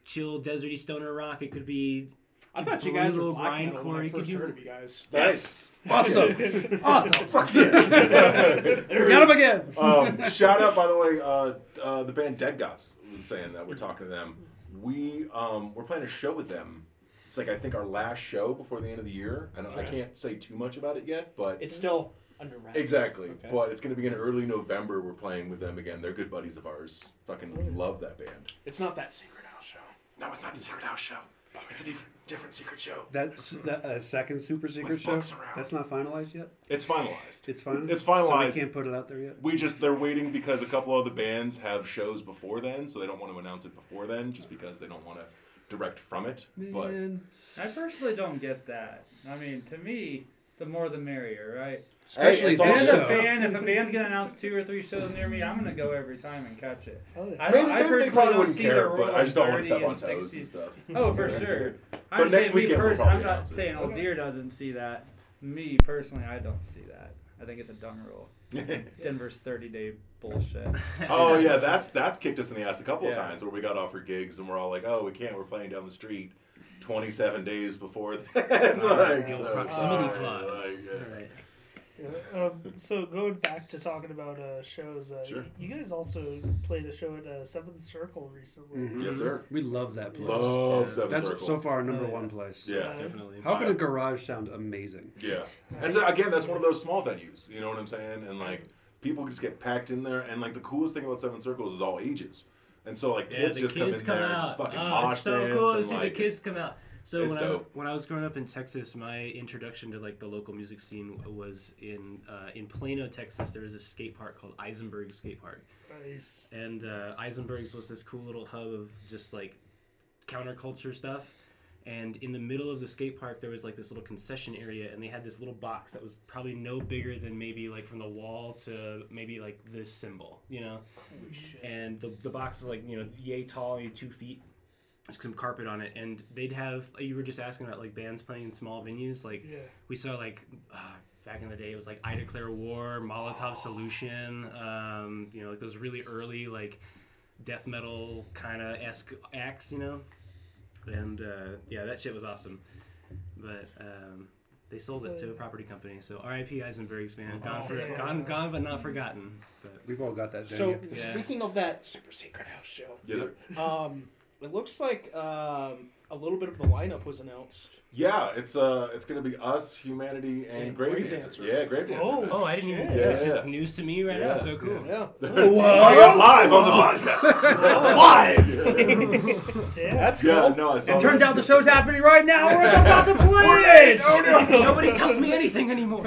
[SPEAKER 7] chill deserty stoner rock. It could be
[SPEAKER 4] I thought you guys were
[SPEAKER 7] Brutal
[SPEAKER 4] black metal
[SPEAKER 7] grindcore,
[SPEAKER 4] when I
[SPEAKER 7] you could
[SPEAKER 4] first
[SPEAKER 7] do-
[SPEAKER 4] heard of you guys.
[SPEAKER 5] nice.
[SPEAKER 9] Awesome. awesome.
[SPEAKER 5] Fuck yeah.
[SPEAKER 9] Got him again.
[SPEAKER 5] um, shout out, by the way, uh, uh, the band Dead Gods was saying that we're talking to them. We um, we're playing a show with them. It's like I think our last show before the end of the year. I don't, I can't say too much about it yet, but
[SPEAKER 4] It's still under wraps.
[SPEAKER 5] exactly.
[SPEAKER 4] Okay.
[SPEAKER 5] But it's going to be in early November. We're playing with them again. They're good buddies of ours. Fucking love that band.
[SPEAKER 4] It's not that secret house show.
[SPEAKER 5] No, it's not the Secret House show. It's a different, different secret show.
[SPEAKER 6] That's that uh, second super secret show.
[SPEAKER 5] books around.
[SPEAKER 6] That's not finalized yet.
[SPEAKER 5] It's finalized.
[SPEAKER 6] It's finalized.
[SPEAKER 5] It's
[SPEAKER 6] So we
[SPEAKER 5] finalized.
[SPEAKER 6] can't put it out there yet.
[SPEAKER 5] We just they're waiting because a couple other bands have shows before then, so they don't want to announce it before then, just because they don't want to direct from it. But
[SPEAKER 6] Man.
[SPEAKER 8] I personally don't get that. I mean, to me, the more the merrier, right?
[SPEAKER 5] Hey,
[SPEAKER 6] especially
[SPEAKER 5] it's
[SPEAKER 8] And
[SPEAKER 6] this
[SPEAKER 8] as
[SPEAKER 5] also-
[SPEAKER 6] show.
[SPEAKER 8] a fan, if a band's gonna announce two or three shows near me, I'm gonna go every time and catch it.
[SPEAKER 2] Oh, yeah.
[SPEAKER 8] I,
[SPEAKER 5] maybe,
[SPEAKER 8] don't, I
[SPEAKER 5] maybe
[SPEAKER 8] personally
[SPEAKER 5] they probably
[SPEAKER 8] don't
[SPEAKER 5] wouldn't
[SPEAKER 8] see
[SPEAKER 5] care,
[SPEAKER 8] the rule
[SPEAKER 5] but I
[SPEAKER 8] of
[SPEAKER 5] just don't want to
[SPEAKER 8] 30
[SPEAKER 5] step on
[SPEAKER 8] and
[SPEAKER 5] toes
[SPEAKER 8] 60.
[SPEAKER 5] and stuff.
[SPEAKER 8] Oh, for sure. I'm
[SPEAKER 5] But next
[SPEAKER 8] just saying, me
[SPEAKER 5] weekend we'll
[SPEAKER 8] pers-
[SPEAKER 5] probably
[SPEAKER 8] I'm not
[SPEAKER 5] announce it.
[SPEAKER 8] saying Old
[SPEAKER 5] Okay.
[SPEAKER 8] Deer doesn't see that. Me personally, I don't see that. I think it's a dumb rule. Denver's 30 day bullshit.
[SPEAKER 5] oh yeah, that's that's kicked us in the ass a couple of
[SPEAKER 8] Yeah.
[SPEAKER 5] times where we got offered gigs and we're all like, oh, we can't. We're playing down the street. 27 days before then. like, so, uh,
[SPEAKER 7] proximity
[SPEAKER 5] like,
[SPEAKER 7] clause.
[SPEAKER 5] yeah.
[SPEAKER 7] Right.
[SPEAKER 2] Yeah, um, so going back to talking about uh, shows, uh,
[SPEAKER 5] Sure.
[SPEAKER 2] you guys also played a show at uh, Seventh Circle recently.
[SPEAKER 5] Yes, sir.
[SPEAKER 6] We love that place.
[SPEAKER 5] Love Seven
[SPEAKER 6] That's
[SPEAKER 5] Circle.
[SPEAKER 6] so far our number
[SPEAKER 8] Oh, yeah.
[SPEAKER 6] one place.
[SPEAKER 2] Uh,
[SPEAKER 5] yeah.
[SPEAKER 7] definitely.
[SPEAKER 6] How can a garage sound amazing?
[SPEAKER 5] Yeah. And so, again, that's one of those small venues. You know what I'm saying? And like people just get packed in there. And like the coolest thing about Seven Circles is all ages. And so like
[SPEAKER 7] Yeah,
[SPEAKER 5] kids
[SPEAKER 7] the
[SPEAKER 5] just
[SPEAKER 7] kids
[SPEAKER 5] come
[SPEAKER 7] come
[SPEAKER 5] in there and
[SPEAKER 7] out.
[SPEAKER 5] just fucking
[SPEAKER 7] Oh,
[SPEAKER 5] mosh
[SPEAKER 7] it's so
[SPEAKER 5] dance
[SPEAKER 7] cool to
[SPEAKER 5] and,
[SPEAKER 7] see the
[SPEAKER 5] like,
[SPEAKER 7] kids come out. So
[SPEAKER 5] it's
[SPEAKER 7] when I,
[SPEAKER 5] dope.
[SPEAKER 7] when I was growing up in Texas, my introduction to like the local music scene was in uh, in Plano, Texas. There was a skate park called Eisenberg Skate Park,
[SPEAKER 2] Nice.
[SPEAKER 7] and uh, Eisenberg's was this cool little hub of just like counterculture stuff. And in the middle of the skate park, there was like this little concession area, and they had this little box that was probably no bigger than maybe like from the wall to maybe like this symbol, you know. And the, the box was like you know yay tall, maybe two feet, some carpet on it, and they'd have. You were just asking about like bands playing in small venues. Like
[SPEAKER 2] Yeah.
[SPEAKER 7] we saw like uh, back in the day, it was like I Declare War, Molotov Solution. Um, you know, like those really early like death metal kind of esque acts. You know, and uh, yeah, that shit was awesome. But um, they sold it to a property company, so R.I.P. Eisenberg's man,
[SPEAKER 5] Oh,
[SPEAKER 7] gone, for,
[SPEAKER 2] yeah.
[SPEAKER 7] gone, gone, but not forgotten. But
[SPEAKER 6] We've all got that.
[SPEAKER 4] So
[SPEAKER 6] venue.
[SPEAKER 7] Yeah.
[SPEAKER 4] speaking of that super secret house show,
[SPEAKER 5] Yeah. they're-
[SPEAKER 4] um, it looks like um, a little bit of the lineup was announced.
[SPEAKER 5] Yeah, it's uh, it's gonna be us, humanity, and,
[SPEAKER 4] And
[SPEAKER 5] Grave
[SPEAKER 4] Grave
[SPEAKER 5] Dancer.
[SPEAKER 4] Dancer.
[SPEAKER 5] Yeah, Grave Dancer.
[SPEAKER 2] Oh,
[SPEAKER 5] man.
[SPEAKER 7] Oh, I didn't even.
[SPEAKER 5] Yeah.
[SPEAKER 7] This is news to me right
[SPEAKER 5] Yeah.
[SPEAKER 7] now. So cool.
[SPEAKER 4] Yeah,
[SPEAKER 5] They're fucking live on the podcast. live.
[SPEAKER 2] Damn.
[SPEAKER 4] that's
[SPEAKER 5] Oh, Yeah,
[SPEAKER 4] cool.
[SPEAKER 5] no, I saw
[SPEAKER 9] It turns
[SPEAKER 5] that.
[SPEAKER 9] out the show's happening right now. We're about to play it.
[SPEAKER 7] Nobody tells me anything anymore.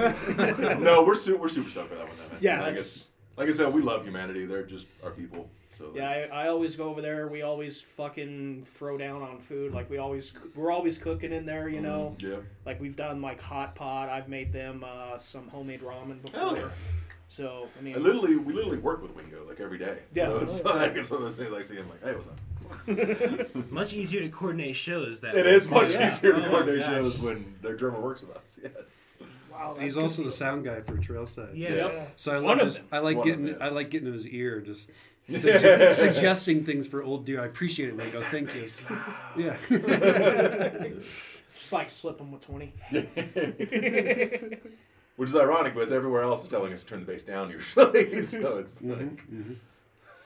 [SPEAKER 5] No, we're su- we're super stoked for that one. Though, man.
[SPEAKER 4] Yeah,
[SPEAKER 5] like,
[SPEAKER 4] that's-
[SPEAKER 5] it's- like I said, we love humanity. They're just our people. So
[SPEAKER 4] Yeah, I, I always go over there. We always fucking throw down on food. Like we always, we're always cooking in there. You know,
[SPEAKER 5] Yeah.
[SPEAKER 4] like we've done like hot pot. I've made them uh, some homemade ramen before.
[SPEAKER 5] Hell yeah.
[SPEAKER 4] So I mean,
[SPEAKER 5] I literally, we literally work with Wingo like every day.
[SPEAKER 4] Yeah.
[SPEAKER 5] So it's like it's one of those things. I see him like, hey, what's up?
[SPEAKER 7] Much easier to coordinate shows that
[SPEAKER 5] It
[SPEAKER 7] way.
[SPEAKER 5] is much
[SPEAKER 4] Yeah.
[SPEAKER 5] easier to
[SPEAKER 7] Oh,
[SPEAKER 5] coordinate
[SPEAKER 7] gosh.
[SPEAKER 5] shows when their drummer works with us. Yes.
[SPEAKER 2] Wow. that's
[SPEAKER 6] He's
[SPEAKER 2] good.
[SPEAKER 6] also the sound guy for Trailside.
[SPEAKER 7] Yes.
[SPEAKER 6] So I
[SPEAKER 4] One
[SPEAKER 6] like
[SPEAKER 4] of
[SPEAKER 6] just,
[SPEAKER 4] them.
[SPEAKER 6] I like
[SPEAKER 5] One of
[SPEAKER 6] getting
[SPEAKER 5] them, yeah.
[SPEAKER 6] I like getting in his ear, just sugge- suggesting things for old dear. I appreciate it, Lego. Thank you. Yeah.
[SPEAKER 4] just like slip them with twenty.
[SPEAKER 5] Which is ironic because everywhere else is telling us to turn the bass down usually. so it's like,
[SPEAKER 4] Mm-hmm,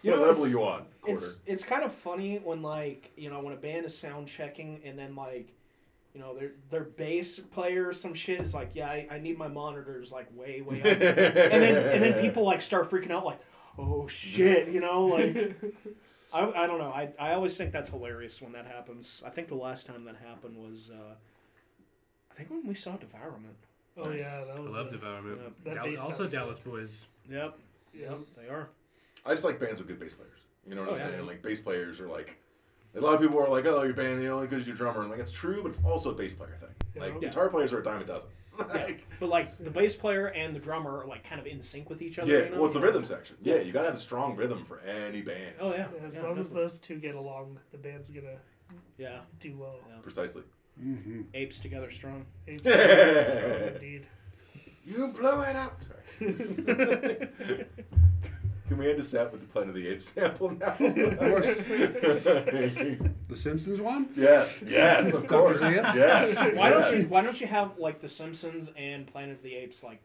[SPEAKER 4] You
[SPEAKER 5] what
[SPEAKER 4] know,
[SPEAKER 5] level
[SPEAKER 4] it's-
[SPEAKER 5] are you on? Quarter.
[SPEAKER 4] It's it's kind of funny when like you know when a band is sound checking and then like you know their their bass player or some shit is like yeah I, I need my monitors like way way up and then and then people like start freaking out like oh shit you know like I, I don't know I, I always think that's hilarious when that happens I think the last time that happened was uh, I think when we saw Devourment
[SPEAKER 2] Oh yeah, that
[SPEAKER 7] I
[SPEAKER 2] was.
[SPEAKER 7] love
[SPEAKER 2] a-
[SPEAKER 7] Devourment.
[SPEAKER 2] That
[SPEAKER 7] Dal-
[SPEAKER 2] bass
[SPEAKER 7] also
[SPEAKER 2] sound.
[SPEAKER 7] Dallas Boys.
[SPEAKER 4] yep
[SPEAKER 2] Yep.
[SPEAKER 4] they are
[SPEAKER 5] I just like bands with good bass players. You know what
[SPEAKER 4] Oh,
[SPEAKER 5] I'm
[SPEAKER 4] yeah.
[SPEAKER 5] saying? Like bass players are like a lot of people are like, oh, your band the only good is your drummer. And like it's true, but it's also a bass player thing. Like
[SPEAKER 2] Yeah.
[SPEAKER 5] guitar players are a dime a dozen.
[SPEAKER 4] yeah.
[SPEAKER 5] like,
[SPEAKER 4] but like the bass player and the drummer are like kind of in sync with each other
[SPEAKER 5] yeah,
[SPEAKER 4] you know?
[SPEAKER 5] well, it's the rhythm section. Yeah, you gotta have a strong rhythm for any band.
[SPEAKER 4] oh yeah
[SPEAKER 2] As
[SPEAKER 4] yeah,
[SPEAKER 2] long as
[SPEAKER 4] definitely.
[SPEAKER 2] those two get along, the band's gonna
[SPEAKER 4] yeah.
[SPEAKER 2] do well.
[SPEAKER 5] Precisely.
[SPEAKER 4] apes together strong.
[SPEAKER 2] Apes are strong Indeed.
[SPEAKER 5] You blow it up. Sorry. Can we end this out with the Planet of the Apes sample now? of
[SPEAKER 6] course. The Simpsons one?
[SPEAKER 5] yes, yes, of course.
[SPEAKER 6] Zayas?
[SPEAKER 5] Yes.
[SPEAKER 4] Why
[SPEAKER 5] yes.
[SPEAKER 4] don't you Why don't you have like The Simpsons and Planet of the Apes like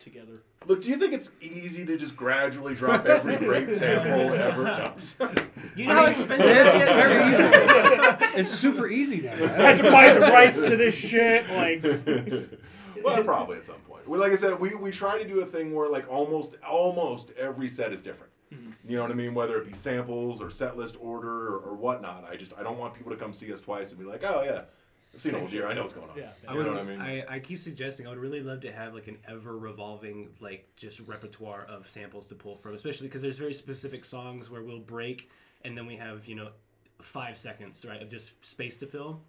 [SPEAKER 4] together?
[SPEAKER 5] Look, do you think it's easy to just gradually drop every great sample ever? No, I'm sorry.
[SPEAKER 7] You know how expensive that is?
[SPEAKER 6] It's super easy now.
[SPEAKER 2] I had to buy the rights to this shit. Like,
[SPEAKER 5] well, probably at some point. Well, like I said, we, we try to do a thing where like almost almost every set is different. You know what I mean? Whether it be samples or set list order or, or whatnot. I just I don't want people to come see us twice and be like, oh yeah, I've seen old year. I know what's going on.
[SPEAKER 4] Yeah.
[SPEAKER 5] You know what I mean?
[SPEAKER 7] I, I keep suggesting I would really love to have like an ever revolving like just repertoire of samples to pull from, especially because there's very specific songs where we'll break and then we have you know five seconds right of just space to fill,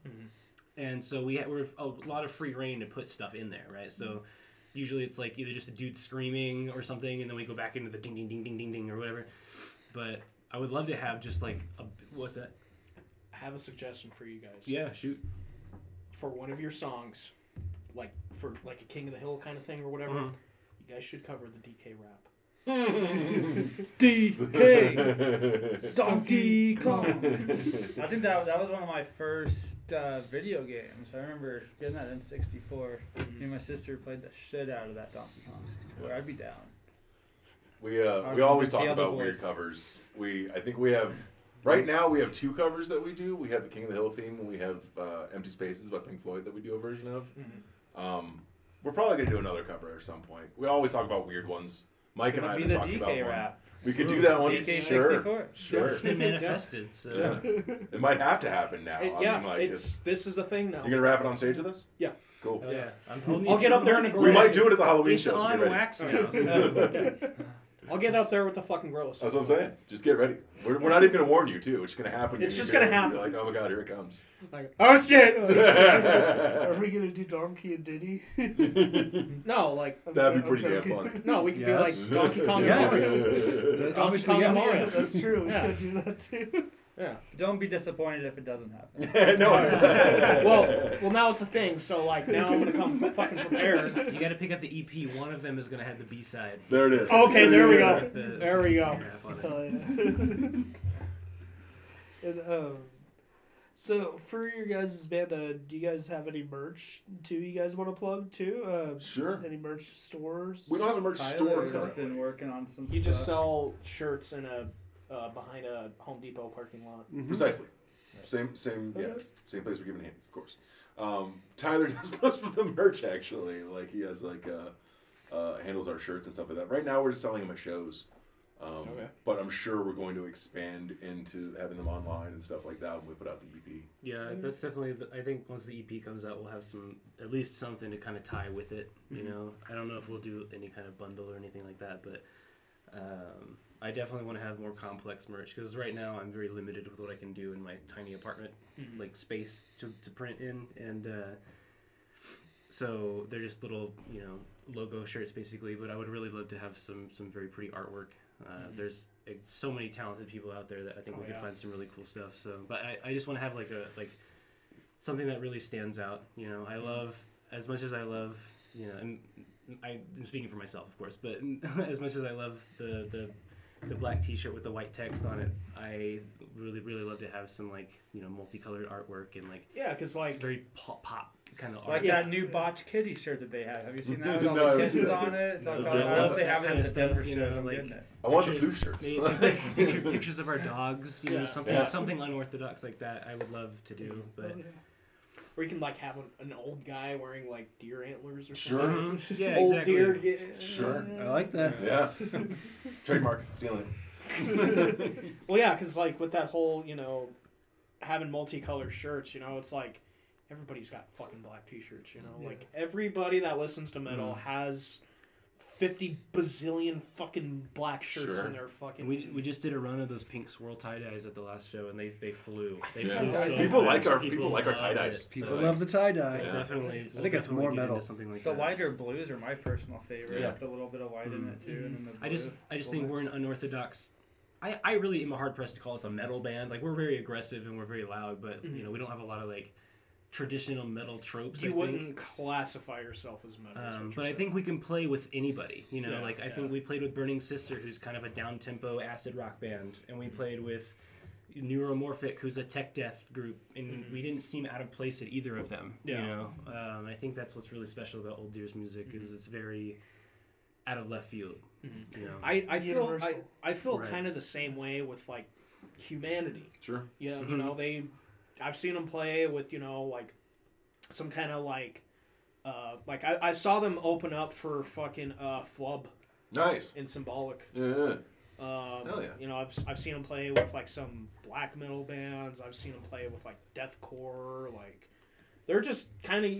[SPEAKER 7] and so we ha- we're a lot of free reign to put stuff in there right. So usually it's like either just a dude screaming or something, and then we go back into the ding ding ding ding ding ding or whatever. But I would love to have just like a what's that?
[SPEAKER 4] I have a suggestion for you guys.
[SPEAKER 7] Yeah, shoot.
[SPEAKER 4] For one of your songs, like for like a King of the Hill kind of thing or whatever,
[SPEAKER 7] Mhm.
[SPEAKER 4] you guys should cover the DK rap.
[SPEAKER 9] DK. Donkey Kong.
[SPEAKER 8] I think that that was one of my first uh, video games. I remember getting that in '64. Me and my sister played the shit out of that Donkey Kong '64. I'd be down.
[SPEAKER 5] We uh,
[SPEAKER 8] Our
[SPEAKER 5] we always
[SPEAKER 8] favorite
[SPEAKER 5] talk
[SPEAKER 8] Field
[SPEAKER 5] about
[SPEAKER 8] of
[SPEAKER 5] weird
[SPEAKER 8] Voice.
[SPEAKER 5] covers. We I think we have right now we have two covers that we do. We have the King of the Hill theme, and we have uh, Empty Spaces by Pink Floyd that we do a version of.
[SPEAKER 8] Mm-hmm.
[SPEAKER 5] Um, we're probably gonna do another cover at some point. We always talk about weird ones. Mike
[SPEAKER 8] It
[SPEAKER 5] and I
[SPEAKER 8] would
[SPEAKER 5] have
[SPEAKER 8] be
[SPEAKER 5] been talking
[SPEAKER 8] the
[SPEAKER 5] about
[SPEAKER 8] DK
[SPEAKER 5] one.
[SPEAKER 8] rap.
[SPEAKER 5] We could do that one.
[SPEAKER 8] DK
[SPEAKER 5] sure,
[SPEAKER 8] 64.
[SPEAKER 5] sure.
[SPEAKER 7] It's been manifested, so
[SPEAKER 5] Yeah. It might have to happen now.
[SPEAKER 4] It-
[SPEAKER 5] Oh, I
[SPEAKER 4] yeah,
[SPEAKER 5] mean, like,
[SPEAKER 4] it's this is a thing now.
[SPEAKER 5] you're gonna wrap it on stage with us.
[SPEAKER 4] Yeah.
[SPEAKER 5] cool.
[SPEAKER 7] yeah. I'm holding
[SPEAKER 4] I'll
[SPEAKER 7] it's
[SPEAKER 4] get up there in a
[SPEAKER 7] on-
[SPEAKER 5] We
[SPEAKER 4] gorilla suit.
[SPEAKER 5] might do it at the Halloween
[SPEAKER 7] It's
[SPEAKER 5] show. so
[SPEAKER 7] on
[SPEAKER 5] get ready.
[SPEAKER 7] wax now. So.
[SPEAKER 4] I'll get up there with the fucking gorilla.
[SPEAKER 5] That's
[SPEAKER 4] suit.
[SPEAKER 5] what I'm saying. Just get ready. We're, we're not even gonna warn you too. It's just gonna happen.
[SPEAKER 4] It's
[SPEAKER 5] You're
[SPEAKER 4] just gonna
[SPEAKER 5] hear it and you're
[SPEAKER 4] happen.
[SPEAKER 5] Like oh my god, here it comes.
[SPEAKER 4] Like, oh shit!
[SPEAKER 2] are we gonna do Donkey and Diddy? I'm
[SPEAKER 4] no, like
[SPEAKER 5] That'd
[SPEAKER 2] jo-
[SPEAKER 5] be
[SPEAKER 2] I'm
[SPEAKER 5] pretty damn
[SPEAKER 2] joking.
[SPEAKER 5] funny.
[SPEAKER 4] no, we could
[SPEAKER 6] Yes.
[SPEAKER 4] be like Donkey Kong. and
[SPEAKER 6] Yes.
[SPEAKER 4] Mario.
[SPEAKER 6] Obviously,
[SPEAKER 4] Donkey Kong and
[SPEAKER 6] yes.
[SPEAKER 4] Mario.
[SPEAKER 2] That's true. We
[SPEAKER 4] Yeah.
[SPEAKER 2] could do that too.
[SPEAKER 1] Yeah.
[SPEAKER 8] Don't be disappointed if it doesn't happen.
[SPEAKER 5] no, it's-
[SPEAKER 10] well, well, now it's a thing. So like now I'm gonna come fucking prepared.
[SPEAKER 7] You got to pick up the EP. One of them is going to have the B side.
[SPEAKER 5] there it is.
[SPEAKER 10] Okay, there we go.
[SPEAKER 7] With the
[SPEAKER 10] There we go.
[SPEAKER 7] graph on it.
[SPEAKER 2] Hell Oh, yeah. and, um, so for your guys' band, uh, do you guys have any merch too? You guys want to plug too? Uh,
[SPEAKER 5] Sure.
[SPEAKER 2] Any merch stores?
[SPEAKER 5] We don't have a merch store
[SPEAKER 8] Tyler has
[SPEAKER 5] currently.
[SPEAKER 8] been working on some.
[SPEAKER 4] You just
[SPEAKER 8] stuff.
[SPEAKER 4] sell shirts in a uh, behind a Home Depot parking lot.
[SPEAKER 5] Precisely. Same, same, yeah, same place we're giving hands, of course. Um, Tyler does most of the merch actually. Like he has like uh, uh, handles our shirts and stuff like that. Right now we're just selling them at shows. Um,
[SPEAKER 4] Okay.
[SPEAKER 5] But I'm sure we're going to expand into having them online and stuff like that when we put out the E EP.
[SPEAKER 7] Yeah, that's definitely. The, I think once the EP comes out, we'll have some at least something to kind of tie with it. You know, I don't know if we'll do any kind of bundle or anything like that, but um, I definitely want to have more complex merch because right now I'm very limited with what I can do in my tiny apartment,
[SPEAKER 4] Mm-hmm.
[SPEAKER 7] like space to, to print in, and uh, so they're just little you know logo shirts basically. But I would really love to have some some very pretty artwork. Uh, There's uh, so many talented people out there that I think
[SPEAKER 5] Oh,
[SPEAKER 7] we could find some really cool stuff. So, but I, I just want to have like a like something that really stands out. You know, I
[SPEAKER 5] Mm-hmm.
[SPEAKER 7] love as much as I love you know, and I, I'm speaking for myself, of course, but as much as I love the the the black T-shirt with the white text on it, I really really love to have some like you know multicolored artwork and like
[SPEAKER 4] Yeah, because like
[SPEAKER 7] very pop pop kind of
[SPEAKER 8] Like
[SPEAKER 7] art.
[SPEAKER 8] that new Botch Kitty shirt that they have. Have you seen that? With all
[SPEAKER 5] No, I
[SPEAKER 8] the
[SPEAKER 5] haven't seen
[SPEAKER 8] kisses
[SPEAKER 5] that
[SPEAKER 8] on
[SPEAKER 5] shit.
[SPEAKER 8] it. It's
[SPEAKER 7] No,
[SPEAKER 8] like,
[SPEAKER 7] it's
[SPEAKER 8] I don't know if
[SPEAKER 7] dope.
[SPEAKER 8] they have it
[SPEAKER 7] That
[SPEAKER 8] in the
[SPEAKER 7] kinda
[SPEAKER 8] Denver
[SPEAKER 7] stuff, you
[SPEAKER 8] shows.
[SPEAKER 7] know,
[SPEAKER 8] I'm
[SPEAKER 7] like-
[SPEAKER 8] getting it.
[SPEAKER 5] I want the blue
[SPEAKER 7] Pictures
[SPEAKER 5] shirts.
[SPEAKER 7] Maybe pic- picture, pictures of our dogs, you
[SPEAKER 10] Yeah.
[SPEAKER 7] know, something
[SPEAKER 5] Yeah.
[SPEAKER 7] something unorthodox like that. I would love to do,
[SPEAKER 2] Oh,
[SPEAKER 7] but
[SPEAKER 4] where you can like have an, an old guy wearing like deer antlers or
[SPEAKER 5] Sure.
[SPEAKER 4] something.
[SPEAKER 7] Mhm. yeah,
[SPEAKER 5] Oh,
[SPEAKER 4] old
[SPEAKER 7] exactly.
[SPEAKER 4] deer. Get,
[SPEAKER 5] Sure.
[SPEAKER 6] I like that.
[SPEAKER 5] Yeah. Trademark. Stealing it.
[SPEAKER 4] Well, yeah, because like with that whole you know having multicolored shirts, you know, it's like everybody's got fucking black T-shirts. You know, like everybody that listens to metal
[SPEAKER 7] Mm.
[SPEAKER 4] has. 50 bazillion fucking black shirts
[SPEAKER 5] Sure.
[SPEAKER 4] in their fucking
[SPEAKER 7] And we, we just did a run of those pink swirl tie dyes at the last show, and they they flew. They
[SPEAKER 5] Yeah.
[SPEAKER 7] flew so
[SPEAKER 5] People
[SPEAKER 7] fast.
[SPEAKER 5] like our- people like our tie
[SPEAKER 7] loved
[SPEAKER 5] dyes.
[SPEAKER 7] it,
[SPEAKER 6] People
[SPEAKER 7] so
[SPEAKER 6] love the tie
[SPEAKER 7] we'll
[SPEAKER 6] dye.
[SPEAKER 5] Yeah.
[SPEAKER 7] Definitely,
[SPEAKER 6] I think it's more metal.
[SPEAKER 7] Something like
[SPEAKER 8] The
[SPEAKER 7] that.
[SPEAKER 8] lighter blues are my personal favorite.
[SPEAKER 5] Yeah.
[SPEAKER 8] With the little bit of white in it too, and then the
[SPEAKER 7] Mm-hmm. I just
[SPEAKER 8] blue.
[SPEAKER 7] I just think we're an unorthodox. I, I really am hard pressed to call us a metal band. Like we're very aggressive and we're very loud, but you know we don't have a lot of like traditional metal tropes.
[SPEAKER 4] Mm-hmm. you
[SPEAKER 7] I
[SPEAKER 4] wouldn't
[SPEAKER 7] think.
[SPEAKER 4] classify yourself as metal. is
[SPEAKER 7] Um,
[SPEAKER 4] what
[SPEAKER 7] but
[SPEAKER 4] you're
[SPEAKER 7] I
[SPEAKER 4] saying.
[SPEAKER 7] think we can play with anybody. You know,
[SPEAKER 4] Yeah,
[SPEAKER 7] like I think we played with Burning Sister, who's kind of a down tempo acid rock band, and
[SPEAKER 4] Mm-hmm.
[SPEAKER 7] we played with Neuromorphic, who's a tech death group, and we didn't seem out of place at either of them. You
[SPEAKER 4] Mm-hmm. Yeah.
[SPEAKER 7] know, um, I think that's what's really special about Old Deer's music
[SPEAKER 4] Mm-hmm.
[SPEAKER 7] is it's very out of left field. You know,
[SPEAKER 4] I, I feel I,
[SPEAKER 2] Universal.
[SPEAKER 4] I feel
[SPEAKER 7] Right.
[SPEAKER 4] kind of the same way with like humanity.
[SPEAKER 5] Sure.
[SPEAKER 4] Yeah, you know they. I've seen them play with you know like some kind of like uh like I, I saw them open up for fucking uh flub
[SPEAKER 5] Nice.
[SPEAKER 4] in symbolic.
[SPEAKER 5] Yeah. yeah.
[SPEAKER 4] Um,
[SPEAKER 5] Hell Oh, yeah.
[SPEAKER 4] You know I've I've seen them play with like some black metal bands. I've seen them play with like deathcore. Like they're just kind of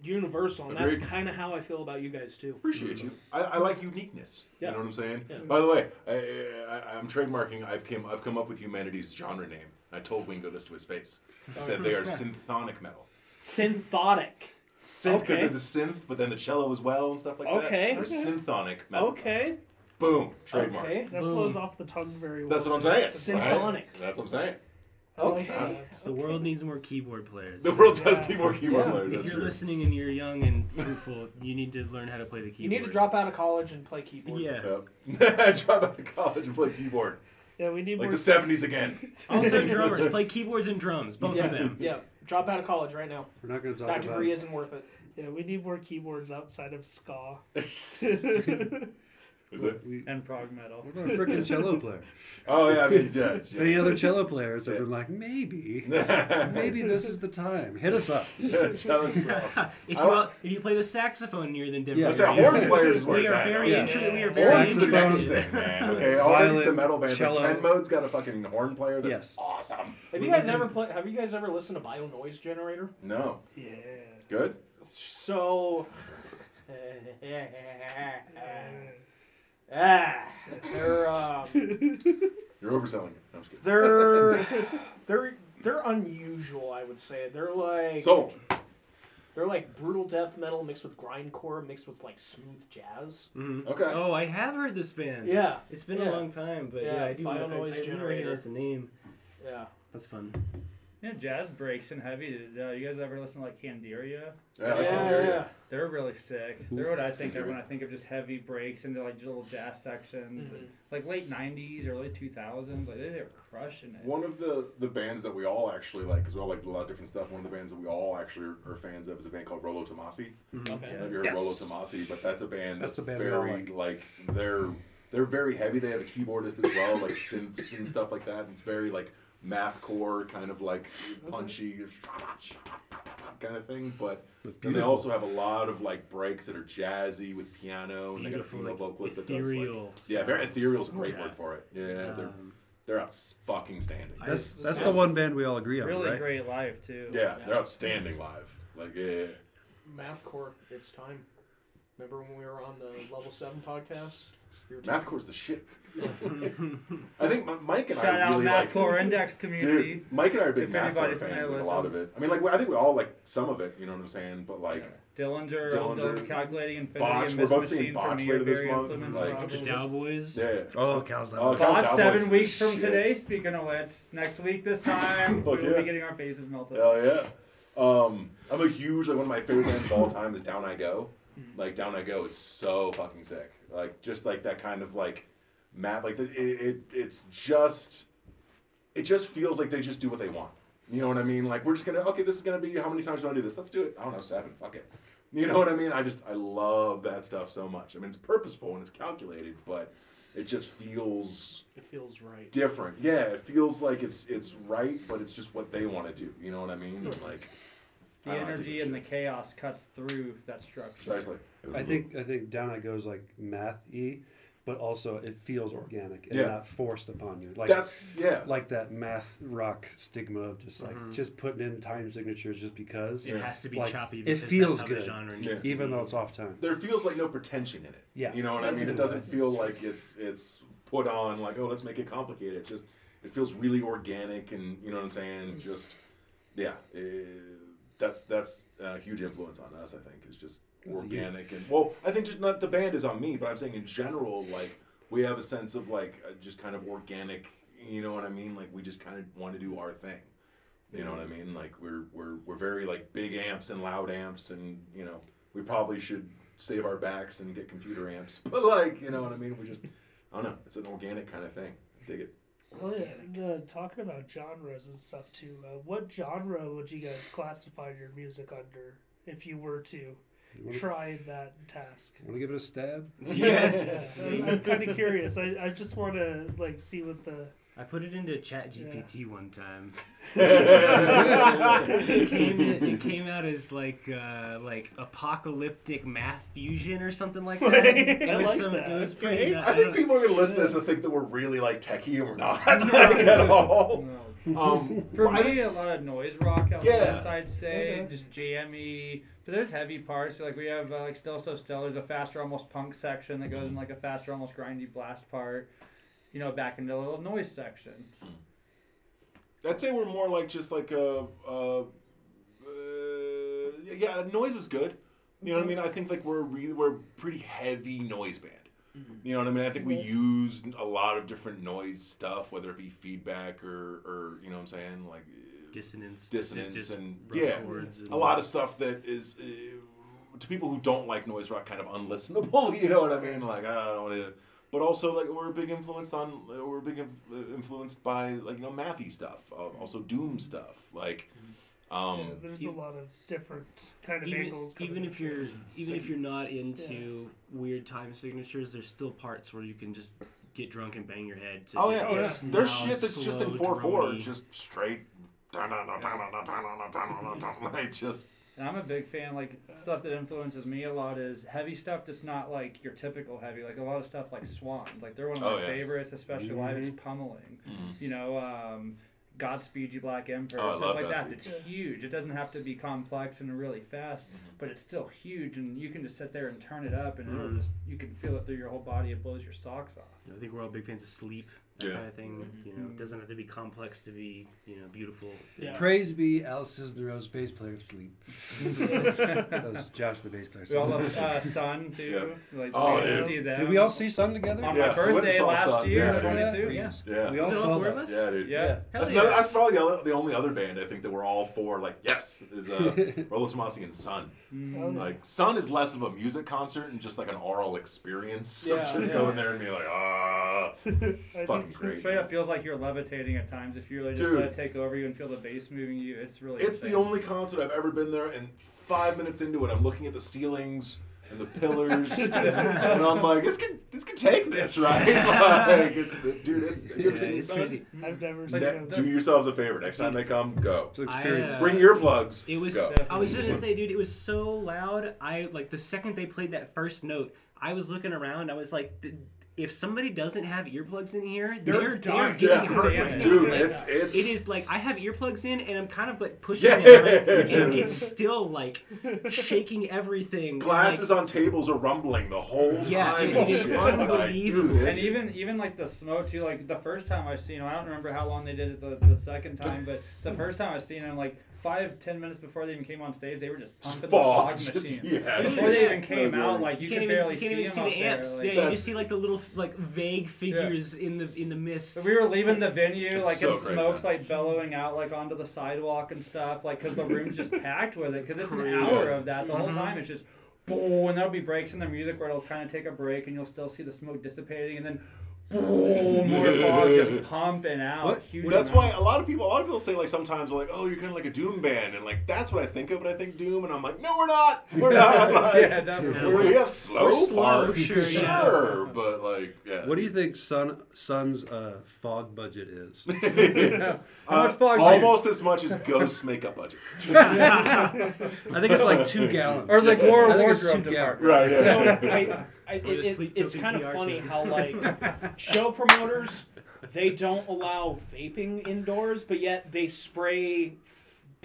[SPEAKER 4] universal, and that's
[SPEAKER 5] Agreed.
[SPEAKER 4] kind of how I feel about you guys too.
[SPEAKER 5] Appreciate you. I, I like uniqueness.
[SPEAKER 4] Yeah.
[SPEAKER 5] You know what I'm saying?
[SPEAKER 4] Yeah.
[SPEAKER 5] By the way, I, I, I'm trademarking. I've came. I've come up with humanity's genre name. I told Wingo this to his face. I said they are synthonic metal.
[SPEAKER 4] Synthotic.
[SPEAKER 5] Synth because
[SPEAKER 4] Okay.
[SPEAKER 5] of the synth, but then the cello as well and stuff like that.
[SPEAKER 4] eh? Okay.
[SPEAKER 5] They're synthonic metal.
[SPEAKER 4] Okay.
[SPEAKER 5] Boom. Trademark.
[SPEAKER 4] Okay.
[SPEAKER 2] That flows off the tongue very well.
[SPEAKER 5] That's what I'm saying.
[SPEAKER 4] Synthonic.
[SPEAKER 5] Right? That's what I'm saying.
[SPEAKER 2] I like
[SPEAKER 5] Okay.
[SPEAKER 2] that.
[SPEAKER 7] the world needs more keyboard players.
[SPEAKER 5] The world does need more keyboard
[SPEAKER 4] Yeah.
[SPEAKER 5] players.
[SPEAKER 7] if
[SPEAKER 5] That's
[SPEAKER 7] you're
[SPEAKER 5] true.
[SPEAKER 7] listening and you're young and fruitful, you need to learn how to play the
[SPEAKER 4] You
[SPEAKER 7] keyboard.
[SPEAKER 4] need to drop out of college and play keyboard.
[SPEAKER 7] Yeah.
[SPEAKER 5] Yep. Drop out of college and play keyboard
[SPEAKER 2] Yeah, we need
[SPEAKER 5] like
[SPEAKER 2] more.
[SPEAKER 5] the '70s again.
[SPEAKER 7] Also, drummers play keyboards and drums, both
[SPEAKER 4] Yeah.
[SPEAKER 7] of them.
[SPEAKER 4] Yeah. Drop out of college right now.
[SPEAKER 6] We're not going to talk
[SPEAKER 4] That
[SPEAKER 6] about
[SPEAKER 4] degree isn't worth it.
[SPEAKER 2] yeah, we need more keyboards outside of ska.
[SPEAKER 5] Is it?
[SPEAKER 6] We,
[SPEAKER 8] and prog metal.
[SPEAKER 6] what about a freaking cello player?
[SPEAKER 5] Oh yeah, I mean, judge.
[SPEAKER 6] Any
[SPEAKER 5] Yeah.
[SPEAKER 6] other cello players have
[SPEAKER 5] Yeah.
[SPEAKER 6] been like, maybe, maybe this is the time. Hit us up.
[SPEAKER 5] Cello's rough.
[SPEAKER 7] If
[SPEAKER 5] I
[SPEAKER 7] you,
[SPEAKER 5] like-
[SPEAKER 7] if you play the saxophone near than Denver,
[SPEAKER 6] Yeah.
[SPEAKER 5] I said
[SPEAKER 7] you're-
[SPEAKER 5] horn players is where
[SPEAKER 7] we
[SPEAKER 5] it's
[SPEAKER 7] are
[SPEAKER 5] at.
[SPEAKER 7] very
[SPEAKER 6] Yeah.
[SPEAKER 7] intru- We are
[SPEAKER 5] Or
[SPEAKER 7] very
[SPEAKER 6] Saxophone.
[SPEAKER 5] the next thing,
[SPEAKER 7] introduced.
[SPEAKER 5] man. Okay, all these
[SPEAKER 6] Violin,
[SPEAKER 5] some metal bands. Like
[SPEAKER 6] cello.
[SPEAKER 5] Ken Mode's got a fucking horn player that's
[SPEAKER 6] Yes.
[SPEAKER 5] awesome.
[SPEAKER 4] Have you guys ever play? Have you guys ever listened to Bio Noise Generator?
[SPEAKER 5] No,
[SPEAKER 2] Yeah.
[SPEAKER 5] good.
[SPEAKER 4] So. ah, they're um,
[SPEAKER 5] You're overselling it. No, I'm just kidding.
[SPEAKER 4] they're they're they're unusual. I would say they're like
[SPEAKER 5] Sold.
[SPEAKER 4] they're like brutal death metal mixed with grindcore mixed with like smooth jazz.
[SPEAKER 5] Okay.
[SPEAKER 7] Oh, I have heard this band.
[SPEAKER 4] Mm-hmm. Yeah,
[SPEAKER 7] It's been
[SPEAKER 4] Yeah.
[SPEAKER 7] a long time, but
[SPEAKER 4] Yeah,
[SPEAKER 7] yeah, I do.
[SPEAKER 4] Bio
[SPEAKER 7] I,
[SPEAKER 4] Noise
[SPEAKER 7] I, I do
[SPEAKER 4] Generator.
[SPEAKER 7] recognize the name.
[SPEAKER 4] yeah.
[SPEAKER 7] That's fun.
[SPEAKER 8] You know, jazz breaks and heavy. Uh, you guys ever listen to like Candiria?
[SPEAKER 5] Yeah, I can hear ya.
[SPEAKER 8] They're really sick. They're what I think of when I think of just heavy breaks into like little jazz sections, and, like late '90s or late 2000s. Like they, they were crushing it.
[SPEAKER 5] One of the, the bands that we all actually like, because we all like a lot of different stuff. One of the bands that we all actually are, are fans of is a band called Rolo Tomasi.
[SPEAKER 4] Okay.
[SPEAKER 5] Have you heard Rolo Tomasi? But that's a band that's,
[SPEAKER 6] That's the band we all
[SPEAKER 5] very like. they're they're very heavy. They have a keyboardist as well, like synths and stuff like that. It's very like mathcore kind of like punchy kind of thing. But then they
[SPEAKER 6] beautiful.
[SPEAKER 5] also have a lot of like breaks that are jazzy with piano and
[SPEAKER 7] Beautiful,
[SPEAKER 5] they got a female
[SPEAKER 7] like,
[SPEAKER 5] vocalist
[SPEAKER 7] ethereal
[SPEAKER 5] that does like, yeah, very
[SPEAKER 7] sounds.
[SPEAKER 5] ethereal is a great
[SPEAKER 7] Yeah.
[SPEAKER 5] word for it. Yeah, they're they're out fucking standing.
[SPEAKER 6] That's
[SPEAKER 7] I-
[SPEAKER 6] that's the one band we all agree on,
[SPEAKER 8] Really
[SPEAKER 6] right?
[SPEAKER 8] great live too.
[SPEAKER 5] Yeah, they're outstanding live. Like yeah,
[SPEAKER 10] Mathcore, it's time. Remember when we were on the Level 7 podcast? We were talking-
[SPEAKER 5] mathcore's the shit.
[SPEAKER 7] Um,
[SPEAKER 5] I think Mi- Mike and I
[SPEAKER 8] Shout out
[SPEAKER 5] really like
[SPEAKER 8] Mathcore Index community.
[SPEAKER 5] Dude, Mike and I are big
[SPEAKER 8] If anybody
[SPEAKER 5] mathcore
[SPEAKER 8] from
[SPEAKER 5] fans.
[SPEAKER 8] there
[SPEAKER 5] Like a lot of
[SPEAKER 8] listens.
[SPEAKER 5] it. I mean, like I think we all like some of it. You know what I'm saying? But like,
[SPEAKER 8] Dillinger,
[SPEAKER 5] Dillinger.
[SPEAKER 8] Dillinger. calculating infinity,
[SPEAKER 5] Botch.
[SPEAKER 8] and
[SPEAKER 5] We're
[SPEAKER 8] Miss
[SPEAKER 5] both seeing
[SPEAKER 8] Machine for
[SPEAKER 5] Botch
[SPEAKER 8] me
[SPEAKER 5] later
[SPEAKER 8] are
[SPEAKER 5] this
[SPEAKER 8] very
[SPEAKER 5] month,
[SPEAKER 8] influential
[SPEAKER 5] like-
[SPEAKER 8] albums.
[SPEAKER 7] The Cowboys.
[SPEAKER 5] yeah.
[SPEAKER 6] Oh, Cal's not.
[SPEAKER 5] Oh, Cal-
[SPEAKER 8] Botch
[SPEAKER 5] Cowboys,
[SPEAKER 8] seven weeks from
[SPEAKER 5] shit.
[SPEAKER 8] today. Speaking of which, next week this time we
[SPEAKER 5] Fuck
[SPEAKER 8] will
[SPEAKER 5] yeah.
[SPEAKER 8] be getting our faces melted.
[SPEAKER 5] Hell yeah. Um, I'm a huge like one of my favorite bands of all time is Down I Go. Like Down I Go is so fucking sick. Like just like that kind of like math. Like the, it, it it's just it just feels like they just do what they want. You know what I mean? Like we're just gonna okay, this is gonna be how many times do I do this? Let's do it. I don't know seven. Fuck it. You know what I mean? I just I love that stuff so much. I mean it's purposeful and it's calculated, but it just feels
[SPEAKER 10] It feels right.
[SPEAKER 5] different. Yeah, it feels like it's it's right, but it's just what they want to do. You know what I mean? And, Like
[SPEAKER 8] Hmm. The
[SPEAKER 5] I don't like
[SPEAKER 8] energy
[SPEAKER 5] to
[SPEAKER 8] and
[SPEAKER 5] do
[SPEAKER 8] the chaos cuts through that structure.
[SPEAKER 5] precisely.
[SPEAKER 6] I think I think down I goes like math e, but also it feels organic and
[SPEAKER 5] Yeah.
[SPEAKER 6] not forced upon you. Like
[SPEAKER 5] That's yeah.
[SPEAKER 6] like that math rock stigma of just like just putting in time signatures just because.
[SPEAKER 7] It has to be
[SPEAKER 6] Like,
[SPEAKER 7] choppy.
[SPEAKER 6] it
[SPEAKER 7] Because
[SPEAKER 6] feels
[SPEAKER 7] that's how
[SPEAKER 6] good.
[SPEAKER 7] The genre
[SPEAKER 5] Yeah.
[SPEAKER 7] needs to
[SPEAKER 6] Even
[SPEAKER 7] be.
[SPEAKER 6] though it's off time.
[SPEAKER 5] there feels like no pretension in it.
[SPEAKER 6] Yeah.
[SPEAKER 5] You know what I
[SPEAKER 6] That's
[SPEAKER 5] mean?
[SPEAKER 6] a
[SPEAKER 5] It
[SPEAKER 6] good
[SPEAKER 5] doesn't feel like it's it's put on like, oh let's make it complicated. It's just it feels really organic and you know what I'm
[SPEAKER 6] Mm-hmm.
[SPEAKER 5] saying? Just yeah. eh, that's that's a huge influence on us, I think, is just
[SPEAKER 6] That's a huge-
[SPEAKER 5] organic and well, I think just not the band is on me, but I'm saying in general, like we have a sense of like uh, just kind of organic you know what I mean? Like we just kind of want to do our thing. You know what I mean? Like we're we're we're very like big amps and loud amps, and you know we probably should save our backs and get computer amps. But like you know what I mean? We just I don't know. It's an organic kind of thing. I dig it.
[SPEAKER 2] Oh yeah, uh, talking about genres and stuff too. Uh, what genre would you guys classify your music under if you were to try that task?
[SPEAKER 6] Want to give it a stab?
[SPEAKER 2] Yeah, I'm, kind of curious. I, I just want to like see what the
[SPEAKER 7] I put it into Chat GPT one time. it, came in, it came out as like uh, like apocalyptic math fusion or something like that. it
[SPEAKER 2] I
[SPEAKER 7] was
[SPEAKER 2] like
[SPEAKER 7] some,
[SPEAKER 2] that.
[SPEAKER 7] It was pretty.
[SPEAKER 5] I think people are gonna listen to this and think that we're really like techie, and we're not like, at all.
[SPEAKER 8] Oh.
[SPEAKER 5] Um,
[SPEAKER 8] For
[SPEAKER 5] I think-
[SPEAKER 8] me, a lot of noise rock elements,
[SPEAKER 5] Yeah.
[SPEAKER 8] I'd say,
[SPEAKER 2] Okay.
[SPEAKER 8] just jammy. But there's heavy parts. Like we have uh, like still so still. There's a faster, almost punk section that goes in like a faster, almost grindy blast part. You know, back into a little noise section.
[SPEAKER 5] I'd say we're more like just like a, uh, uh, yeah, noise is good. You know what I mean? I think like we're a really we're a pretty heavy noise band.
[SPEAKER 8] Mm-hmm.
[SPEAKER 5] You know what I mean? I think we use a lot of different noise stuff, whether it be feedback or or you know what I'm saying, like uh,
[SPEAKER 7] dissonance,
[SPEAKER 5] dissonance
[SPEAKER 7] just, just
[SPEAKER 5] and
[SPEAKER 7] rough
[SPEAKER 5] yeah,
[SPEAKER 7] chords and
[SPEAKER 5] a lot of stuff that is uh, to people who don't like noise rock kind of unlistenable. You know what I mean? Like I don't want to. But also, like we're a big influence on, uh, we're a big in, uh, influenced by like you know mathy stuff, uh, also doom stuff. Like,
[SPEAKER 7] Mm-hmm.
[SPEAKER 5] um,
[SPEAKER 2] yeah, there's a lot of different kind of
[SPEAKER 7] even,
[SPEAKER 2] angles. coming
[SPEAKER 7] even
[SPEAKER 2] in.
[SPEAKER 7] if you're even if you're not into weird time signatures, there's still parts where you can just get drunk and bang your head. To
[SPEAKER 5] oh
[SPEAKER 7] just,
[SPEAKER 5] yeah,
[SPEAKER 7] just
[SPEAKER 5] there's
[SPEAKER 7] loud,
[SPEAKER 5] shit that's just in
[SPEAKER 7] slow,
[SPEAKER 5] four four,
[SPEAKER 7] drony-
[SPEAKER 5] just straight, like just
[SPEAKER 8] And I'm a big fan. Like stuff that influences me a lot is heavy stuff that's not like your typical heavy. Like a lot of stuff like Swans. Like they're one of my
[SPEAKER 5] Oh, yeah. Mm-hmm.
[SPEAKER 8] favorites, especially live. Is
[SPEAKER 6] Mm-hmm.
[SPEAKER 8] pummeling. You know, um, Godspeed You Black Emperor,
[SPEAKER 5] Oh, I
[SPEAKER 8] stuff
[SPEAKER 5] love
[SPEAKER 8] like that.
[SPEAKER 5] Godspeed. Mm-hmm.
[SPEAKER 8] That's huge. It doesn't have to be complex and really fast, but it's still huge. And you can just sit there
[SPEAKER 5] Mm.
[SPEAKER 8] and turn it up, and it'll just you can feel it through your whole body. It blows your socks off.
[SPEAKER 7] I think we're all big fans of sleep. that
[SPEAKER 5] Yeah.
[SPEAKER 7] kind of thing. You know, it doesn't have to be complex to be you know beautiful.
[SPEAKER 2] Yeah.
[SPEAKER 6] Praise be Al Cisneros, bass player of Sleep. that was Josh, the bass player. of
[SPEAKER 8] We all
[SPEAKER 6] Sleep.
[SPEAKER 8] love uh, Sun too. Like,
[SPEAKER 5] Oh,
[SPEAKER 8] we
[SPEAKER 5] dude.
[SPEAKER 8] see them.
[SPEAKER 6] Did we all see Sun together?
[SPEAKER 8] on
[SPEAKER 5] Yeah,
[SPEAKER 8] my
[SPEAKER 5] we went and
[SPEAKER 8] birthday
[SPEAKER 5] saw
[SPEAKER 8] last
[SPEAKER 5] Sun.
[SPEAKER 8] year,
[SPEAKER 5] Yeah,
[SPEAKER 6] yeah.
[SPEAKER 8] 22. Yeah.
[SPEAKER 5] Yeah.
[SPEAKER 6] We all
[SPEAKER 7] Is it
[SPEAKER 6] saw
[SPEAKER 7] all four
[SPEAKER 6] that.
[SPEAKER 7] of us?
[SPEAKER 5] Yeah, dude.
[SPEAKER 8] Yeah.
[SPEAKER 7] Hell
[SPEAKER 5] That's,
[SPEAKER 7] Oh, yeah.
[SPEAKER 5] another, that's probably the other- the only other band I think that we're all for. Like, yes, is uh, Rollo Tomasi and Sun.
[SPEAKER 2] Oh,
[SPEAKER 5] Like, Sun is less of a music concert and just like an oral experience.
[SPEAKER 8] Yeah,
[SPEAKER 5] Yeah, just
[SPEAKER 8] yeah.
[SPEAKER 5] going there and being like, ah, it's
[SPEAKER 2] I
[SPEAKER 5] fucking
[SPEAKER 2] think-
[SPEAKER 5] great.
[SPEAKER 8] Straight up feels like you're levitating at times if you really just
[SPEAKER 5] Dude.
[SPEAKER 8] let it take over you and feel the bass moving you. It's really.
[SPEAKER 5] It's the
[SPEAKER 8] insane.
[SPEAKER 5] only concert I've ever been there, and five minutes into it, I'm looking at the ceilings and the pillars, and I'm like, this can this can take this, right? Like, it's, dude, it's, have you ever
[SPEAKER 7] Yeah,
[SPEAKER 5] seen
[SPEAKER 7] it's
[SPEAKER 5] Sun?
[SPEAKER 7] crazy.
[SPEAKER 2] I've never
[SPEAKER 5] Ne-
[SPEAKER 2] seen it.
[SPEAKER 5] do yourselves a favor. Next time they come, go.
[SPEAKER 6] So
[SPEAKER 7] I,
[SPEAKER 6] experience.
[SPEAKER 7] uh,
[SPEAKER 5] Bring earplugs.
[SPEAKER 7] It was.
[SPEAKER 5] Go.
[SPEAKER 7] I was gonna say, dude, it was so loud. I like the second they played that first note, I was looking around. I was like, "Th- if somebody doesn't have earplugs in here, they're they're,
[SPEAKER 2] dying.
[SPEAKER 7] getting
[SPEAKER 5] Yeah.
[SPEAKER 7] hurt
[SPEAKER 8] Damn
[SPEAKER 7] right
[SPEAKER 8] it.
[SPEAKER 7] now.
[SPEAKER 5] Dude,
[SPEAKER 7] Like,
[SPEAKER 5] it's it's
[SPEAKER 7] It is like I have earplugs in and I'm kind of like pushing
[SPEAKER 5] Yeah.
[SPEAKER 7] them, right? and it's still like shaking everything.
[SPEAKER 5] glasses
[SPEAKER 7] like,
[SPEAKER 5] on tables are rumbling the whole
[SPEAKER 7] Yeah,
[SPEAKER 5] time.
[SPEAKER 7] it
[SPEAKER 5] and
[SPEAKER 7] is
[SPEAKER 5] shit. Like,
[SPEAKER 7] unbelievable.
[SPEAKER 5] dude,
[SPEAKER 8] And
[SPEAKER 5] it's-
[SPEAKER 8] even even like the smoke too. Like the first time I've seen him, I don't remember how long they did it the, the second time, but the first time I've seen him, like five ten minutes before they even came on stage, they were just
[SPEAKER 5] Just
[SPEAKER 8] pumping
[SPEAKER 5] fog,
[SPEAKER 8] the fog
[SPEAKER 5] just-
[SPEAKER 8] machine.
[SPEAKER 5] yeah,
[SPEAKER 8] Before they
[SPEAKER 7] dude,
[SPEAKER 8] even
[SPEAKER 5] it's so
[SPEAKER 8] came out,
[SPEAKER 5] good.
[SPEAKER 8] like you,
[SPEAKER 7] can't
[SPEAKER 8] can
[SPEAKER 7] even
[SPEAKER 8] barely
[SPEAKER 7] you can't
[SPEAKER 8] see
[SPEAKER 7] even
[SPEAKER 8] them
[SPEAKER 7] see the
[SPEAKER 8] up
[SPEAKER 7] amps.
[SPEAKER 8] There, like,
[SPEAKER 7] yeah, you
[SPEAKER 5] That's-
[SPEAKER 7] just see like the little like vague figures in the in the mist.
[SPEAKER 8] So we were leaving the venue,
[SPEAKER 5] It's
[SPEAKER 8] like
[SPEAKER 5] so
[SPEAKER 8] and
[SPEAKER 5] great,
[SPEAKER 8] smokes like bellowing out like onto the sidewalk and stuff, like because the room's just packed with it. Because it's, an
[SPEAKER 7] crazy.
[SPEAKER 8] hour of that the whole time. It's just boom, and there'll be breaks in the music where it'll kind of take a break, and you'll still see the smoke dissipating, and then boom, more fog just pumping out.
[SPEAKER 6] What?
[SPEAKER 8] Huge
[SPEAKER 5] Well, that's why
[SPEAKER 8] amounts.
[SPEAKER 5] a lot of people, a lot of people say like sometimes like, oh, you're kind of like a doom band, and like that's what I think of when I think doom, and I'm like, no, we're not, we're not. Like,
[SPEAKER 8] yeah, definitely.
[SPEAKER 5] we're- we have slow,
[SPEAKER 7] We're slow,
[SPEAKER 5] parts,
[SPEAKER 7] sure, yeah.
[SPEAKER 5] sure, but like, yeah.
[SPEAKER 6] What do you think Sun Sun's uh, fog budget is?
[SPEAKER 8] How much fog?
[SPEAKER 5] Uh, Almost as much as Ghost's makeup budget.
[SPEAKER 6] I think it's like two gallons.
[SPEAKER 8] Or like Laura
[SPEAKER 6] I think it's
[SPEAKER 8] Wardrobe
[SPEAKER 6] two
[SPEAKER 8] department.
[SPEAKER 5] Right.
[SPEAKER 9] So I, I, it,
[SPEAKER 7] the
[SPEAKER 9] it,
[SPEAKER 7] sleep
[SPEAKER 9] it's
[SPEAKER 7] token
[SPEAKER 9] kind of
[SPEAKER 7] PR
[SPEAKER 9] funny
[SPEAKER 7] too.
[SPEAKER 9] how like show promoters they don't allow vaping indoors, but yet they spray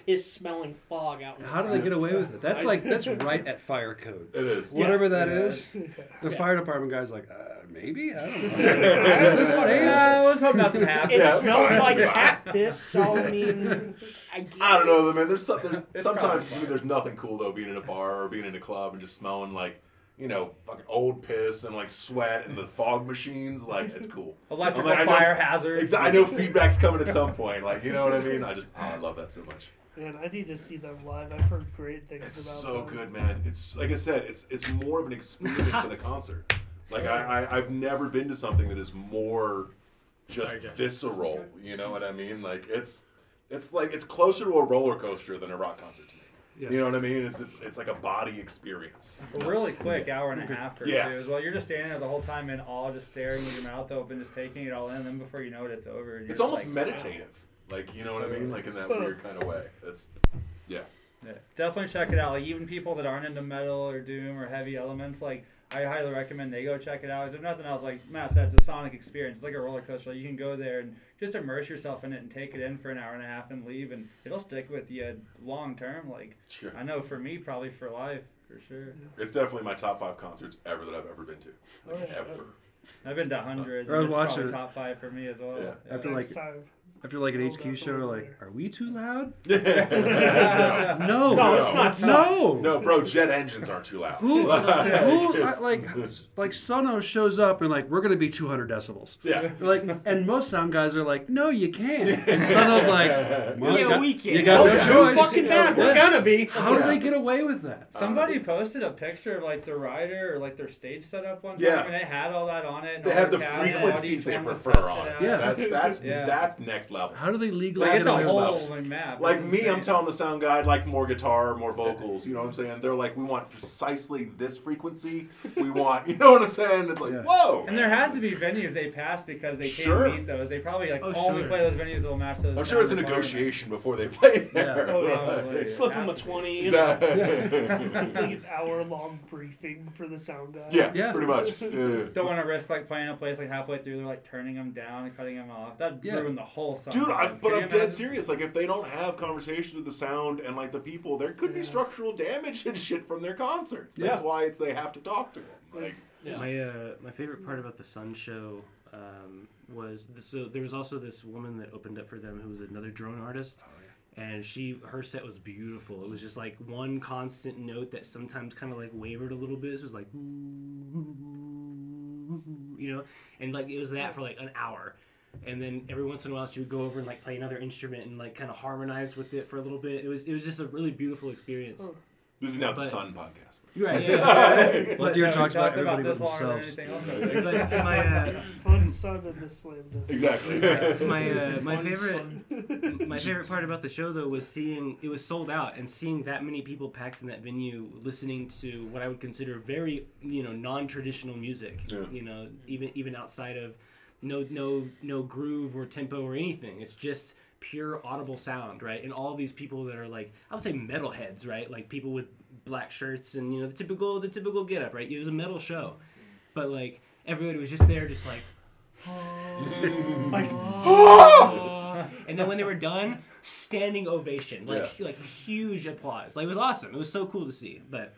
[SPEAKER 9] piss smelling fog out. in the
[SPEAKER 6] How do they
[SPEAKER 9] crowd.
[SPEAKER 6] get away with it? That's
[SPEAKER 9] I-
[SPEAKER 6] like that's right at fire code.
[SPEAKER 5] It is.
[SPEAKER 6] Whatever that
[SPEAKER 8] Yeah.
[SPEAKER 6] is, the
[SPEAKER 9] Yeah.
[SPEAKER 6] fire department guy's like, uh, maybe I don't know. is this safe?
[SPEAKER 8] Yeah, uh, let's hope nothing happens.
[SPEAKER 9] It
[SPEAKER 5] Yeah,
[SPEAKER 9] smells
[SPEAKER 5] fine.
[SPEAKER 9] like cat piss. So I mean, I, get
[SPEAKER 5] I don't know, man. There's, some, there's
[SPEAKER 8] It's
[SPEAKER 5] sometimes
[SPEAKER 8] probably
[SPEAKER 5] dude, there's nothing cool though being in a bar or being in a club and just smelling like you know fucking old piss and like sweat and the fog machines. Like it's cool.
[SPEAKER 8] Electrical
[SPEAKER 5] I'm like, I know-
[SPEAKER 8] fire hazards.
[SPEAKER 5] Exa- I know feedback's coming at some point. Like you know what I mean? I just oh, I love that so much.
[SPEAKER 2] Man, I need to see them live. I've heard great things
[SPEAKER 5] It's
[SPEAKER 2] about
[SPEAKER 5] so
[SPEAKER 2] them.
[SPEAKER 5] good, man. It's like I said, it's it's more of an experience than a concert. Like I, I I've never been to something that is more just
[SPEAKER 7] Sorry, Jeff.
[SPEAKER 5] visceral. You know what I mean? Like it's it's like it's closer to a roller coaster than a rock concert to me. You know what I mean? It's it's it's like a body experience.
[SPEAKER 8] A really quick hour and a half or
[SPEAKER 5] Yeah.
[SPEAKER 8] two as well. You're just standing there the whole time in awe, just staring with your mouth open, just taking it all in. Then before you know it, it's over. And
[SPEAKER 5] It's
[SPEAKER 8] you're just
[SPEAKER 5] almost
[SPEAKER 8] like,
[SPEAKER 5] meditative. Like you know what I mean? Like in that weird kind of way. That's yeah.
[SPEAKER 8] wow. Yeah. Definitely check it out. Like even people that aren't into metal or doom or heavy elements, like I highly recommend they go check it out. If nothing else, like Matt said, it's a sonic experience. It's like a roller coaster. You can go there and just immerse yourself in it and take it in for an hour and a half and leave, and it'll stick with you long term. Like
[SPEAKER 5] Sure.
[SPEAKER 8] I know for me, probably for life. For sure.
[SPEAKER 5] It's definitely my top five concerts ever that I've ever been to. Like, ever.
[SPEAKER 8] I've been to hundreds.
[SPEAKER 6] I was
[SPEAKER 8] and it's probably
[SPEAKER 6] watching-
[SPEAKER 8] top five for me as well.
[SPEAKER 5] Yeah.
[SPEAKER 6] After
[SPEAKER 8] Yeah.
[SPEAKER 6] like
[SPEAKER 2] Next time.
[SPEAKER 6] after like an
[SPEAKER 2] We'll
[SPEAKER 6] HQ show,
[SPEAKER 2] definitely
[SPEAKER 6] like, are we too loud?
[SPEAKER 5] no.
[SPEAKER 6] oh, No,
[SPEAKER 5] No, it's
[SPEAKER 9] not
[SPEAKER 6] No,
[SPEAKER 5] No, bro, jet engines aren't too loud.
[SPEAKER 6] Who,
[SPEAKER 5] Like,
[SPEAKER 6] who
[SPEAKER 5] it's-
[SPEAKER 6] like like Sono shows up and like we're gonna be 200 decibels.
[SPEAKER 5] Yeah.
[SPEAKER 6] Like, and most sound guys are like, no, you can't. And Sono's like, well,
[SPEAKER 7] Yeah,
[SPEAKER 6] you got,
[SPEAKER 7] we can.
[SPEAKER 6] You got
[SPEAKER 9] Oh,
[SPEAKER 6] no choice.
[SPEAKER 9] fucking bad. We're gonna be.
[SPEAKER 6] How do they get away with that?
[SPEAKER 5] Um,
[SPEAKER 8] Somebody posted a picture of like the rider or like their stage setup one time,
[SPEAKER 5] Yeah.
[SPEAKER 8] and they had all that on it. And
[SPEAKER 5] They
[SPEAKER 8] all
[SPEAKER 5] have the
[SPEAKER 8] their cast and
[SPEAKER 5] frequencies
[SPEAKER 8] how each
[SPEAKER 5] they
[SPEAKER 8] one was
[SPEAKER 5] prefer
[SPEAKER 8] tested
[SPEAKER 5] on it.
[SPEAKER 8] out.
[SPEAKER 6] Yeah.
[SPEAKER 5] That's that's
[SPEAKER 8] Yeah.
[SPEAKER 5] that's next level.
[SPEAKER 6] How do they legally
[SPEAKER 8] like it's
[SPEAKER 6] get
[SPEAKER 8] a
[SPEAKER 6] away
[SPEAKER 8] whole
[SPEAKER 6] with that?
[SPEAKER 8] like, map.
[SPEAKER 5] Like
[SPEAKER 8] It's
[SPEAKER 5] me, I'm
[SPEAKER 8] insane.
[SPEAKER 5] telling the sound guy I'd like more guitar, more vocals. You know what I'm saying? They're like, we want precisely this frequency. We want, you know what I'm saying? It's like,
[SPEAKER 6] Yeah.
[SPEAKER 5] whoa.
[SPEAKER 8] And there has to be venues they pass because they can't
[SPEAKER 5] Sure.
[SPEAKER 8] meet those. They probably like
[SPEAKER 7] Oh,
[SPEAKER 8] only
[SPEAKER 7] sure.
[SPEAKER 8] play those venues that will match those.
[SPEAKER 5] I'm sure it's a
[SPEAKER 8] sound requirements.
[SPEAKER 5] negotiation before they play there.
[SPEAKER 6] Yeah.
[SPEAKER 8] Oh, yeah,
[SPEAKER 5] Like,
[SPEAKER 8] like,
[SPEAKER 9] Slip them a
[SPEAKER 8] that's-
[SPEAKER 9] twenty. You know?
[SPEAKER 5] exactly.
[SPEAKER 2] It's like an hour long briefing for the sound guy.
[SPEAKER 5] yeah,
[SPEAKER 6] Yeah.
[SPEAKER 5] pretty much. Yeah.
[SPEAKER 8] Don't want to risk like playing a place like halfway through, they're like turning them down and cutting them off. That'd
[SPEAKER 6] Yeah.
[SPEAKER 8] ruin the whole song.
[SPEAKER 5] Dude, I,
[SPEAKER 8] Can
[SPEAKER 5] but
[SPEAKER 8] you
[SPEAKER 5] I'm
[SPEAKER 8] imagine?
[SPEAKER 5] dead serious. Like, if they don't have conversations with the sound and like the people, there could be structural damage and shit from their concerts. That's
[SPEAKER 6] Yeah.
[SPEAKER 5] why it's, they have to talk to them. Like,
[SPEAKER 7] My uh, my favorite part about the Sun Show um, was so there was also this woman that opened up for them who was another drone artist. And she, her set was beautiful. It was just like one constant note that sometimes kind of like wavered a little bit. It was like, you know, and like it was that for like an hour. And then every once in a while, she would go over and like play another instrument and like kind of harmonize with it for a little bit. It was it was just a really beautiful experience.
[SPEAKER 5] This is not the
[SPEAKER 7] But-
[SPEAKER 5] Sun podcast.
[SPEAKER 7] You're right. Yeah.
[SPEAKER 8] But
[SPEAKER 7] But-
[SPEAKER 8] we
[SPEAKER 7] Deere
[SPEAKER 8] talked
[SPEAKER 7] talks about
[SPEAKER 8] about
[SPEAKER 6] everybody
[SPEAKER 8] this
[SPEAKER 6] but
[SPEAKER 8] longer than
[SPEAKER 6] themselves.
[SPEAKER 8] anything else.
[SPEAKER 7] but my, uh,
[SPEAKER 2] Fun son in the slam dunk.
[SPEAKER 5] Exactly.
[SPEAKER 7] my uh, my
[SPEAKER 2] Fun
[SPEAKER 7] favorite
[SPEAKER 2] son.
[SPEAKER 7] my favorite part about the show though was seeing it was sold out and seeing that many people packed in that venue listening to what I would consider very you know non traditional music
[SPEAKER 5] Yeah.
[SPEAKER 7] you know even even outside of no no no groove or tempo or anything it's just pure audible sound right and all these people that are like I would say metalheads right like people with black shirts and you know the typical the typical get up right it was a metal show but like everybody was just there just like and then when they were done, standing ovation, like like huge applause. Like it was awesome. It was so cool to see, but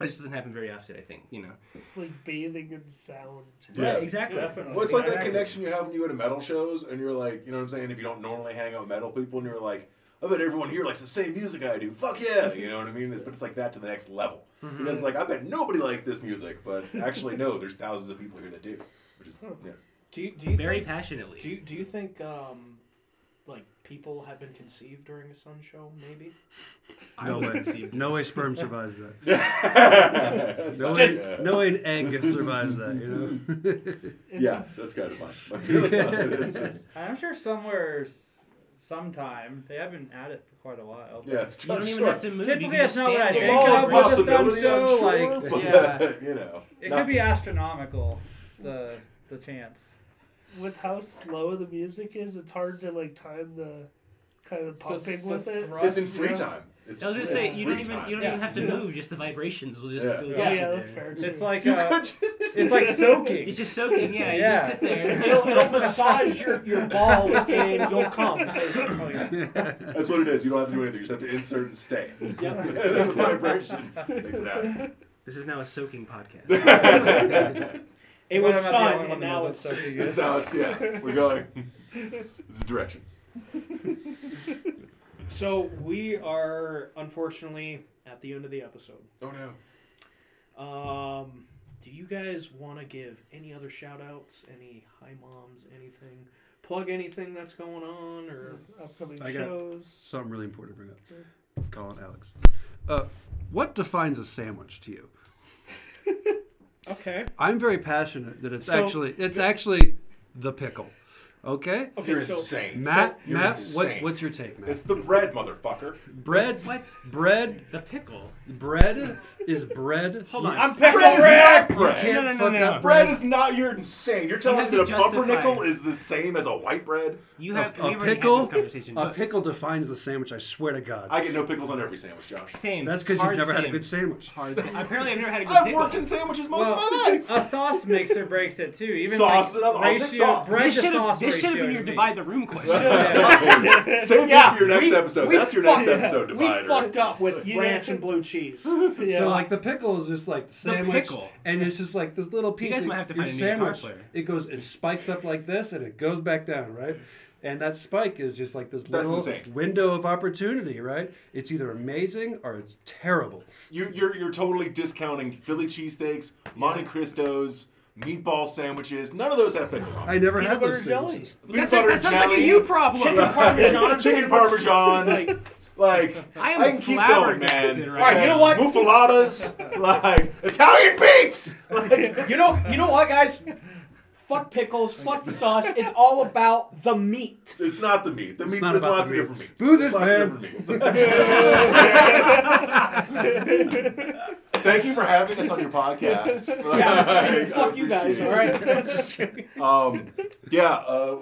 [SPEAKER 7] it just doesn't happen very often. I think you know.
[SPEAKER 2] It's like bathing in sound.
[SPEAKER 5] Yeah.
[SPEAKER 7] exactly.
[SPEAKER 8] Definitely.
[SPEAKER 5] Well, it's like that
[SPEAKER 8] Exactly.
[SPEAKER 5] connection you have when you go to metal shows and you're like, you know what I'm saying? If you don't normally hang out with metal people and you're like, I bet everyone here likes the same music I do. Fuck yeah! You know what I mean? But it's like that to the next level. Because it's like, I bet nobody likes this music, but actually, no, there's thousands of people here that do. Which is, yeah.
[SPEAKER 9] Do you, do you
[SPEAKER 7] Very
[SPEAKER 9] think,
[SPEAKER 7] passionately.
[SPEAKER 9] do you, do you think um, like people have been conceived during a sun show? Maybe.
[SPEAKER 7] I
[SPEAKER 6] No
[SPEAKER 7] was
[SPEAKER 6] way.
[SPEAKER 7] conceived.
[SPEAKER 6] No way sperm survives that.
[SPEAKER 5] That's
[SPEAKER 6] No
[SPEAKER 5] not
[SPEAKER 6] way,
[SPEAKER 5] bad.
[SPEAKER 6] no way an egg survives that, you
[SPEAKER 5] Yeah, that's kind of fun. I feel like it's, it's,
[SPEAKER 8] I'm sure somewhere, s- sometime they have been at it for quite a while.
[SPEAKER 5] yeah, it's
[SPEAKER 7] You don't
[SPEAKER 5] I'm
[SPEAKER 7] even
[SPEAKER 5] sure.
[SPEAKER 7] have to move. You
[SPEAKER 8] Typically,
[SPEAKER 7] can
[SPEAKER 8] that's
[SPEAKER 7] just
[SPEAKER 8] not
[SPEAKER 7] stand
[SPEAKER 8] what I
[SPEAKER 5] The
[SPEAKER 7] there.
[SPEAKER 8] think
[SPEAKER 5] law
[SPEAKER 6] Oh,
[SPEAKER 8] of
[SPEAKER 5] of
[SPEAKER 8] with the
[SPEAKER 5] possibility,
[SPEAKER 8] sun
[SPEAKER 5] I'm
[SPEAKER 8] show,
[SPEAKER 5] sure,
[SPEAKER 8] like,
[SPEAKER 5] but,
[SPEAKER 8] yeah.
[SPEAKER 5] you know,
[SPEAKER 8] It
[SPEAKER 5] not-
[SPEAKER 8] could be astronomical. The the chance.
[SPEAKER 2] With how slow the music is, it's hard to like time the kind of pumping
[SPEAKER 9] the
[SPEAKER 2] with it.
[SPEAKER 9] thrust.
[SPEAKER 5] It's in free
[SPEAKER 2] Yeah.
[SPEAKER 5] time. It's
[SPEAKER 7] I was gonna
[SPEAKER 5] it's
[SPEAKER 7] say you
[SPEAKER 5] free
[SPEAKER 7] don't even
[SPEAKER 5] time.
[SPEAKER 7] you don't
[SPEAKER 9] Yeah.
[SPEAKER 7] even have to
[SPEAKER 2] Yeah.
[SPEAKER 7] move. Just the vibrations will just.
[SPEAKER 5] Yeah.
[SPEAKER 7] will
[SPEAKER 2] Yeah,
[SPEAKER 7] get you
[SPEAKER 2] yeah, that's
[SPEAKER 7] there.
[SPEAKER 2] fair.
[SPEAKER 8] It's
[SPEAKER 2] too.
[SPEAKER 8] like
[SPEAKER 5] You
[SPEAKER 8] uh,
[SPEAKER 5] could
[SPEAKER 8] it's like soaking.
[SPEAKER 7] It's just soaking. Yeah,
[SPEAKER 8] Yeah.
[SPEAKER 7] you just sit there.
[SPEAKER 9] It'll, it'll massage your, your balls and you'll come. Basically.
[SPEAKER 6] know.
[SPEAKER 5] That's what it is. You don't have to do anything. You just have to insert and stay.
[SPEAKER 9] Yep.
[SPEAKER 5] the vibration makes it happen.
[SPEAKER 7] This is now a soaking podcast.
[SPEAKER 5] That's
[SPEAKER 9] It
[SPEAKER 8] Well,
[SPEAKER 9] was
[SPEAKER 8] I'm not the
[SPEAKER 9] sun,
[SPEAKER 8] only
[SPEAKER 9] and
[SPEAKER 8] one that
[SPEAKER 9] now
[SPEAKER 8] knows
[SPEAKER 9] it's
[SPEAKER 8] that's soaking.
[SPEAKER 5] how it's, yeah, we're going. This is directions.
[SPEAKER 9] So we are unfortunately at the end of the episode.
[SPEAKER 5] Oh no.
[SPEAKER 9] Um, do you guys want to give any other shout outs? Any hi moms? Anything? Plug anything that's going on? Or
[SPEAKER 2] upcoming
[SPEAKER 6] I got
[SPEAKER 2] shows.
[SPEAKER 6] Something really important to bring up. Colin, Alex. Uh, what defines a sandwich to you?
[SPEAKER 9] okay,
[SPEAKER 6] I'm very passionate that it's
[SPEAKER 9] So-
[SPEAKER 6] actually it's actually the pickle. Okay?
[SPEAKER 9] okay.
[SPEAKER 5] You're
[SPEAKER 9] so
[SPEAKER 5] insane.
[SPEAKER 6] Matt,
[SPEAKER 5] You're
[SPEAKER 6] Matt, what,
[SPEAKER 5] insane.
[SPEAKER 6] what's your take, Matt?
[SPEAKER 5] It's the bread, motherfucker.
[SPEAKER 6] bread,
[SPEAKER 7] What?
[SPEAKER 6] bread,
[SPEAKER 7] The pickle.
[SPEAKER 6] bread is bread.
[SPEAKER 7] Hold on.
[SPEAKER 9] I'm pickled
[SPEAKER 5] Bread is
[SPEAKER 9] red.
[SPEAKER 5] not bread.
[SPEAKER 6] Can't
[SPEAKER 7] No, no, no,
[SPEAKER 6] fuck
[SPEAKER 7] no.
[SPEAKER 6] up
[SPEAKER 5] Bread is not. You're insane. You're telling
[SPEAKER 7] have
[SPEAKER 5] me
[SPEAKER 7] to
[SPEAKER 5] that a pumpernickel
[SPEAKER 7] justify.
[SPEAKER 5] is the same as a white bread.
[SPEAKER 7] You
[SPEAKER 6] A,
[SPEAKER 7] have
[SPEAKER 6] a
[SPEAKER 7] we already
[SPEAKER 6] pickle,
[SPEAKER 7] Had this conversation.
[SPEAKER 6] a pickle defines the sandwich. I swear to God.
[SPEAKER 5] I get no pickles on every sandwich, Josh.
[SPEAKER 7] same.
[SPEAKER 6] That's because you've
[SPEAKER 7] Hard
[SPEAKER 6] never had a
[SPEAKER 7] same.
[SPEAKER 6] good sandwich.
[SPEAKER 7] Hard same. Apparently, I've never had a good
[SPEAKER 5] I've
[SPEAKER 7] pickle.
[SPEAKER 5] worked in sandwiches most of
[SPEAKER 8] Well,
[SPEAKER 5] my life.
[SPEAKER 8] a sauce mixer breaks it too. Even
[SPEAKER 5] Sauce,
[SPEAKER 8] like
[SPEAKER 5] another- I'll take
[SPEAKER 8] ratio,
[SPEAKER 5] sauce.
[SPEAKER 8] bread
[SPEAKER 7] this
[SPEAKER 8] to
[SPEAKER 7] should have
[SPEAKER 8] sauce
[SPEAKER 7] this should have
[SPEAKER 8] ratio
[SPEAKER 7] been
[SPEAKER 8] to
[SPEAKER 7] your
[SPEAKER 8] me.
[SPEAKER 7] divide the room question.
[SPEAKER 8] Yeah.
[SPEAKER 5] Save
[SPEAKER 9] Yeah,
[SPEAKER 5] this for your next
[SPEAKER 9] we-
[SPEAKER 5] episode.
[SPEAKER 9] we
[SPEAKER 5] That's your next
[SPEAKER 9] fucked-
[SPEAKER 5] episode
[SPEAKER 9] We
[SPEAKER 5] divider.
[SPEAKER 9] fucked up with
[SPEAKER 2] Yeah.
[SPEAKER 9] ranch and blue cheese.
[SPEAKER 2] Yeah.
[SPEAKER 6] So like the pickle is just like the sandwich,
[SPEAKER 7] pickle.
[SPEAKER 6] and it's just like this little piece.
[SPEAKER 7] guys
[SPEAKER 6] of
[SPEAKER 7] might have to
[SPEAKER 6] your
[SPEAKER 7] find a new guitar
[SPEAKER 6] sandwich.
[SPEAKER 7] player.
[SPEAKER 6] It goes, it spikes up like this, and it goes back down, right? And that spike is just like this
[SPEAKER 5] That's
[SPEAKER 6] little
[SPEAKER 5] insane.
[SPEAKER 6] window of opportunity, right? It's either amazing or it's terrible.
[SPEAKER 5] You, you're you're totally discounting Philly cheesesteaks, Monte Cristos, meatball sandwiches. None of those have pickles on.
[SPEAKER 6] I never
[SPEAKER 2] Peanut
[SPEAKER 6] had
[SPEAKER 2] butter
[SPEAKER 6] those
[SPEAKER 2] jelly.
[SPEAKER 6] sandwiches.
[SPEAKER 5] Meat
[SPEAKER 7] That's like, that sounds like a you problem.
[SPEAKER 9] Parmesan and
[SPEAKER 5] chicken
[SPEAKER 9] sandwich.
[SPEAKER 5] parmesan.
[SPEAKER 9] Like,
[SPEAKER 5] Like
[SPEAKER 7] I am
[SPEAKER 5] I can keep going,
[SPEAKER 7] flabbergasted
[SPEAKER 5] man.
[SPEAKER 7] right All right,
[SPEAKER 9] you now. know what?
[SPEAKER 5] Muffaladas, like Italian beefs. Like,
[SPEAKER 9] you know, you know what, guys? Fuck pickles. Fuck the sauce. It's all about the meat.
[SPEAKER 5] it's not the meat. The meat
[SPEAKER 6] not
[SPEAKER 5] there's
[SPEAKER 6] about
[SPEAKER 5] lots
[SPEAKER 6] the
[SPEAKER 5] of
[SPEAKER 6] meat.
[SPEAKER 5] different meats.
[SPEAKER 6] Boo this
[SPEAKER 5] There's lots of different meats. Thank you for having us on your podcast.
[SPEAKER 9] Yeah,
[SPEAKER 5] Like,
[SPEAKER 9] fuck
[SPEAKER 5] I
[SPEAKER 9] you guys.
[SPEAKER 5] appreciate
[SPEAKER 9] All
[SPEAKER 5] it.
[SPEAKER 9] right.
[SPEAKER 5] um, yeah, uh,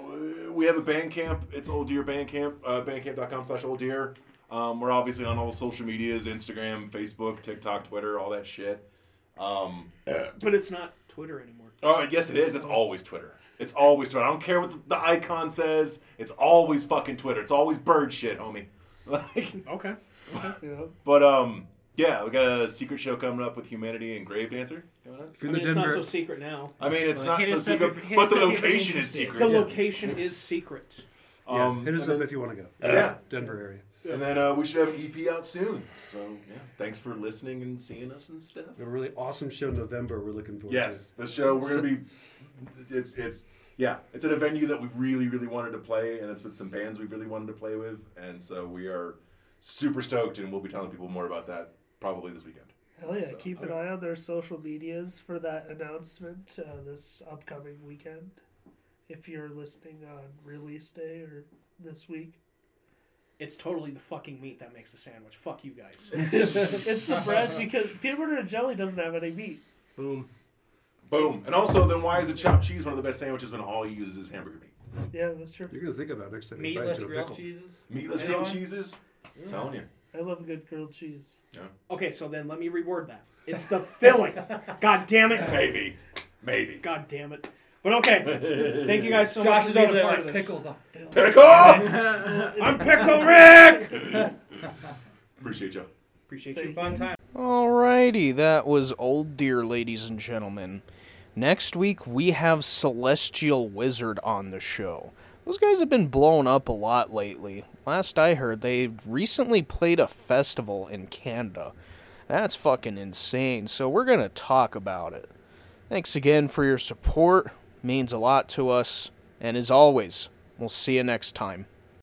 [SPEAKER 5] we have a band camp. It's Old Deer Bandcamp, uh, bandcamp.com slash Old Deer. Um, we're obviously on all the social medias Instagram, Facebook, TikTok, Twitter, all that shit. Um,
[SPEAKER 9] but it's not Twitter anymore.
[SPEAKER 5] oh, yes, it is. It's always Twitter. It's always Twitter. I don't care what the icon says. It's always fucking Twitter. It's always bird shit, homie. Like,
[SPEAKER 9] Okay.
[SPEAKER 2] you know,
[SPEAKER 5] but um, Yeah, we got a secret show coming up with Humanity and Grave Dancer coming up.
[SPEAKER 6] If
[SPEAKER 5] soon.
[SPEAKER 6] you're
[SPEAKER 9] I
[SPEAKER 6] in the
[SPEAKER 9] mean, it's not
[SPEAKER 6] Denver,
[SPEAKER 9] so secret now.
[SPEAKER 5] I mean, it's
[SPEAKER 7] Well,
[SPEAKER 5] not
[SPEAKER 7] hit
[SPEAKER 5] so
[SPEAKER 7] us up
[SPEAKER 5] secret,
[SPEAKER 7] if- hit
[SPEAKER 5] but
[SPEAKER 7] us
[SPEAKER 5] the
[SPEAKER 7] up if you're
[SPEAKER 5] location is
[SPEAKER 7] interested.
[SPEAKER 5] secret.
[SPEAKER 9] The
[SPEAKER 5] yeah.
[SPEAKER 9] location is secret.
[SPEAKER 6] yeah,
[SPEAKER 5] Um,
[SPEAKER 6] hit us
[SPEAKER 5] and
[SPEAKER 6] up
[SPEAKER 5] then-
[SPEAKER 6] if you want to go.
[SPEAKER 5] Yeah.
[SPEAKER 6] Denver area.
[SPEAKER 5] And then uh, we should have an EP out soon. So yeah, thanks for listening and seeing us and stuff.
[SPEAKER 6] We have a really awesome show in November. We're looking forward
[SPEAKER 5] Yes, the show we're gonna be. It's it's yeah, it's at a venue that we really really wanted to play, and it's with some bands we really wanted to play with, and so we are super stoked, and we'll be telling people more about that probably this weekend.
[SPEAKER 2] Hell yeah! Keep an eye on their social medias for that announcement uh, this upcoming weekend. If you're listening on release day or this week,
[SPEAKER 9] It's totally the fucking meat that makes the sandwich. Fuck you guys.
[SPEAKER 2] it's the bread because peanut butter and jelly doesn't have any meat.
[SPEAKER 7] Boom.
[SPEAKER 5] Boom! And also, then why is a chopped cheese one of the best sandwiches when all you use is hamburger meat?
[SPEAKER 2] Yeah, that's true.
[SPEAKER 6] to. You're gonna think about it next time. you bite
[SPEAKER 8] Meatless
[SPEAKER 6] into a
[SPEAKER 8] grilled
[SPEAKER 6] pickle.
[SPEAKER 8] cheeses.
[SPEAKER 5] Meatless grilled
[SPEAKER 8] Anyone?
[SPEAKER 5] cheeses. Telling you,
[SPEAKER 2] I love good grilled cheese.
[SPEAKER 9] okay, so then let me reword that. It's the filling. God damn it.
[SPEAKER 5] maybe, maybe.
[SPEAKER 9] God damn it. But okay. Thank you guys so much
[SPEAKER 8] Josh
[SPEAKER 9] for
[SPEAKER 8] is
[SPEAKER 9] being
[SPEAKER 8] over
[SPEAKER 9] a
[SPEAKER 8] there
[SPEAKER 9] part
[SPEAKER 8] like
[SPEAKER 9] of this.
[SPEAKER 8] pickles off film.
[SPEAKER 5] Pickle.
[SPEAKER 9] I'm Pickle Rick!
[SPEAKER 5] Appreciate y'all.
[SPEAKER 9] Appreciate you.
[SPEAKER 8] Fun time.
[SPEAKER 3] Alrighty, that was Old Deer, ladies and gentlemen. Next week, we have Celestial Wizard on the show. Those guys have been blown up a lot lately. Last I heard, they recently played a festival in Canada. That's fucking insane, so we're gonna talk about it. Thanks again for your support, means a lot to us, and as always, we'll see you next time.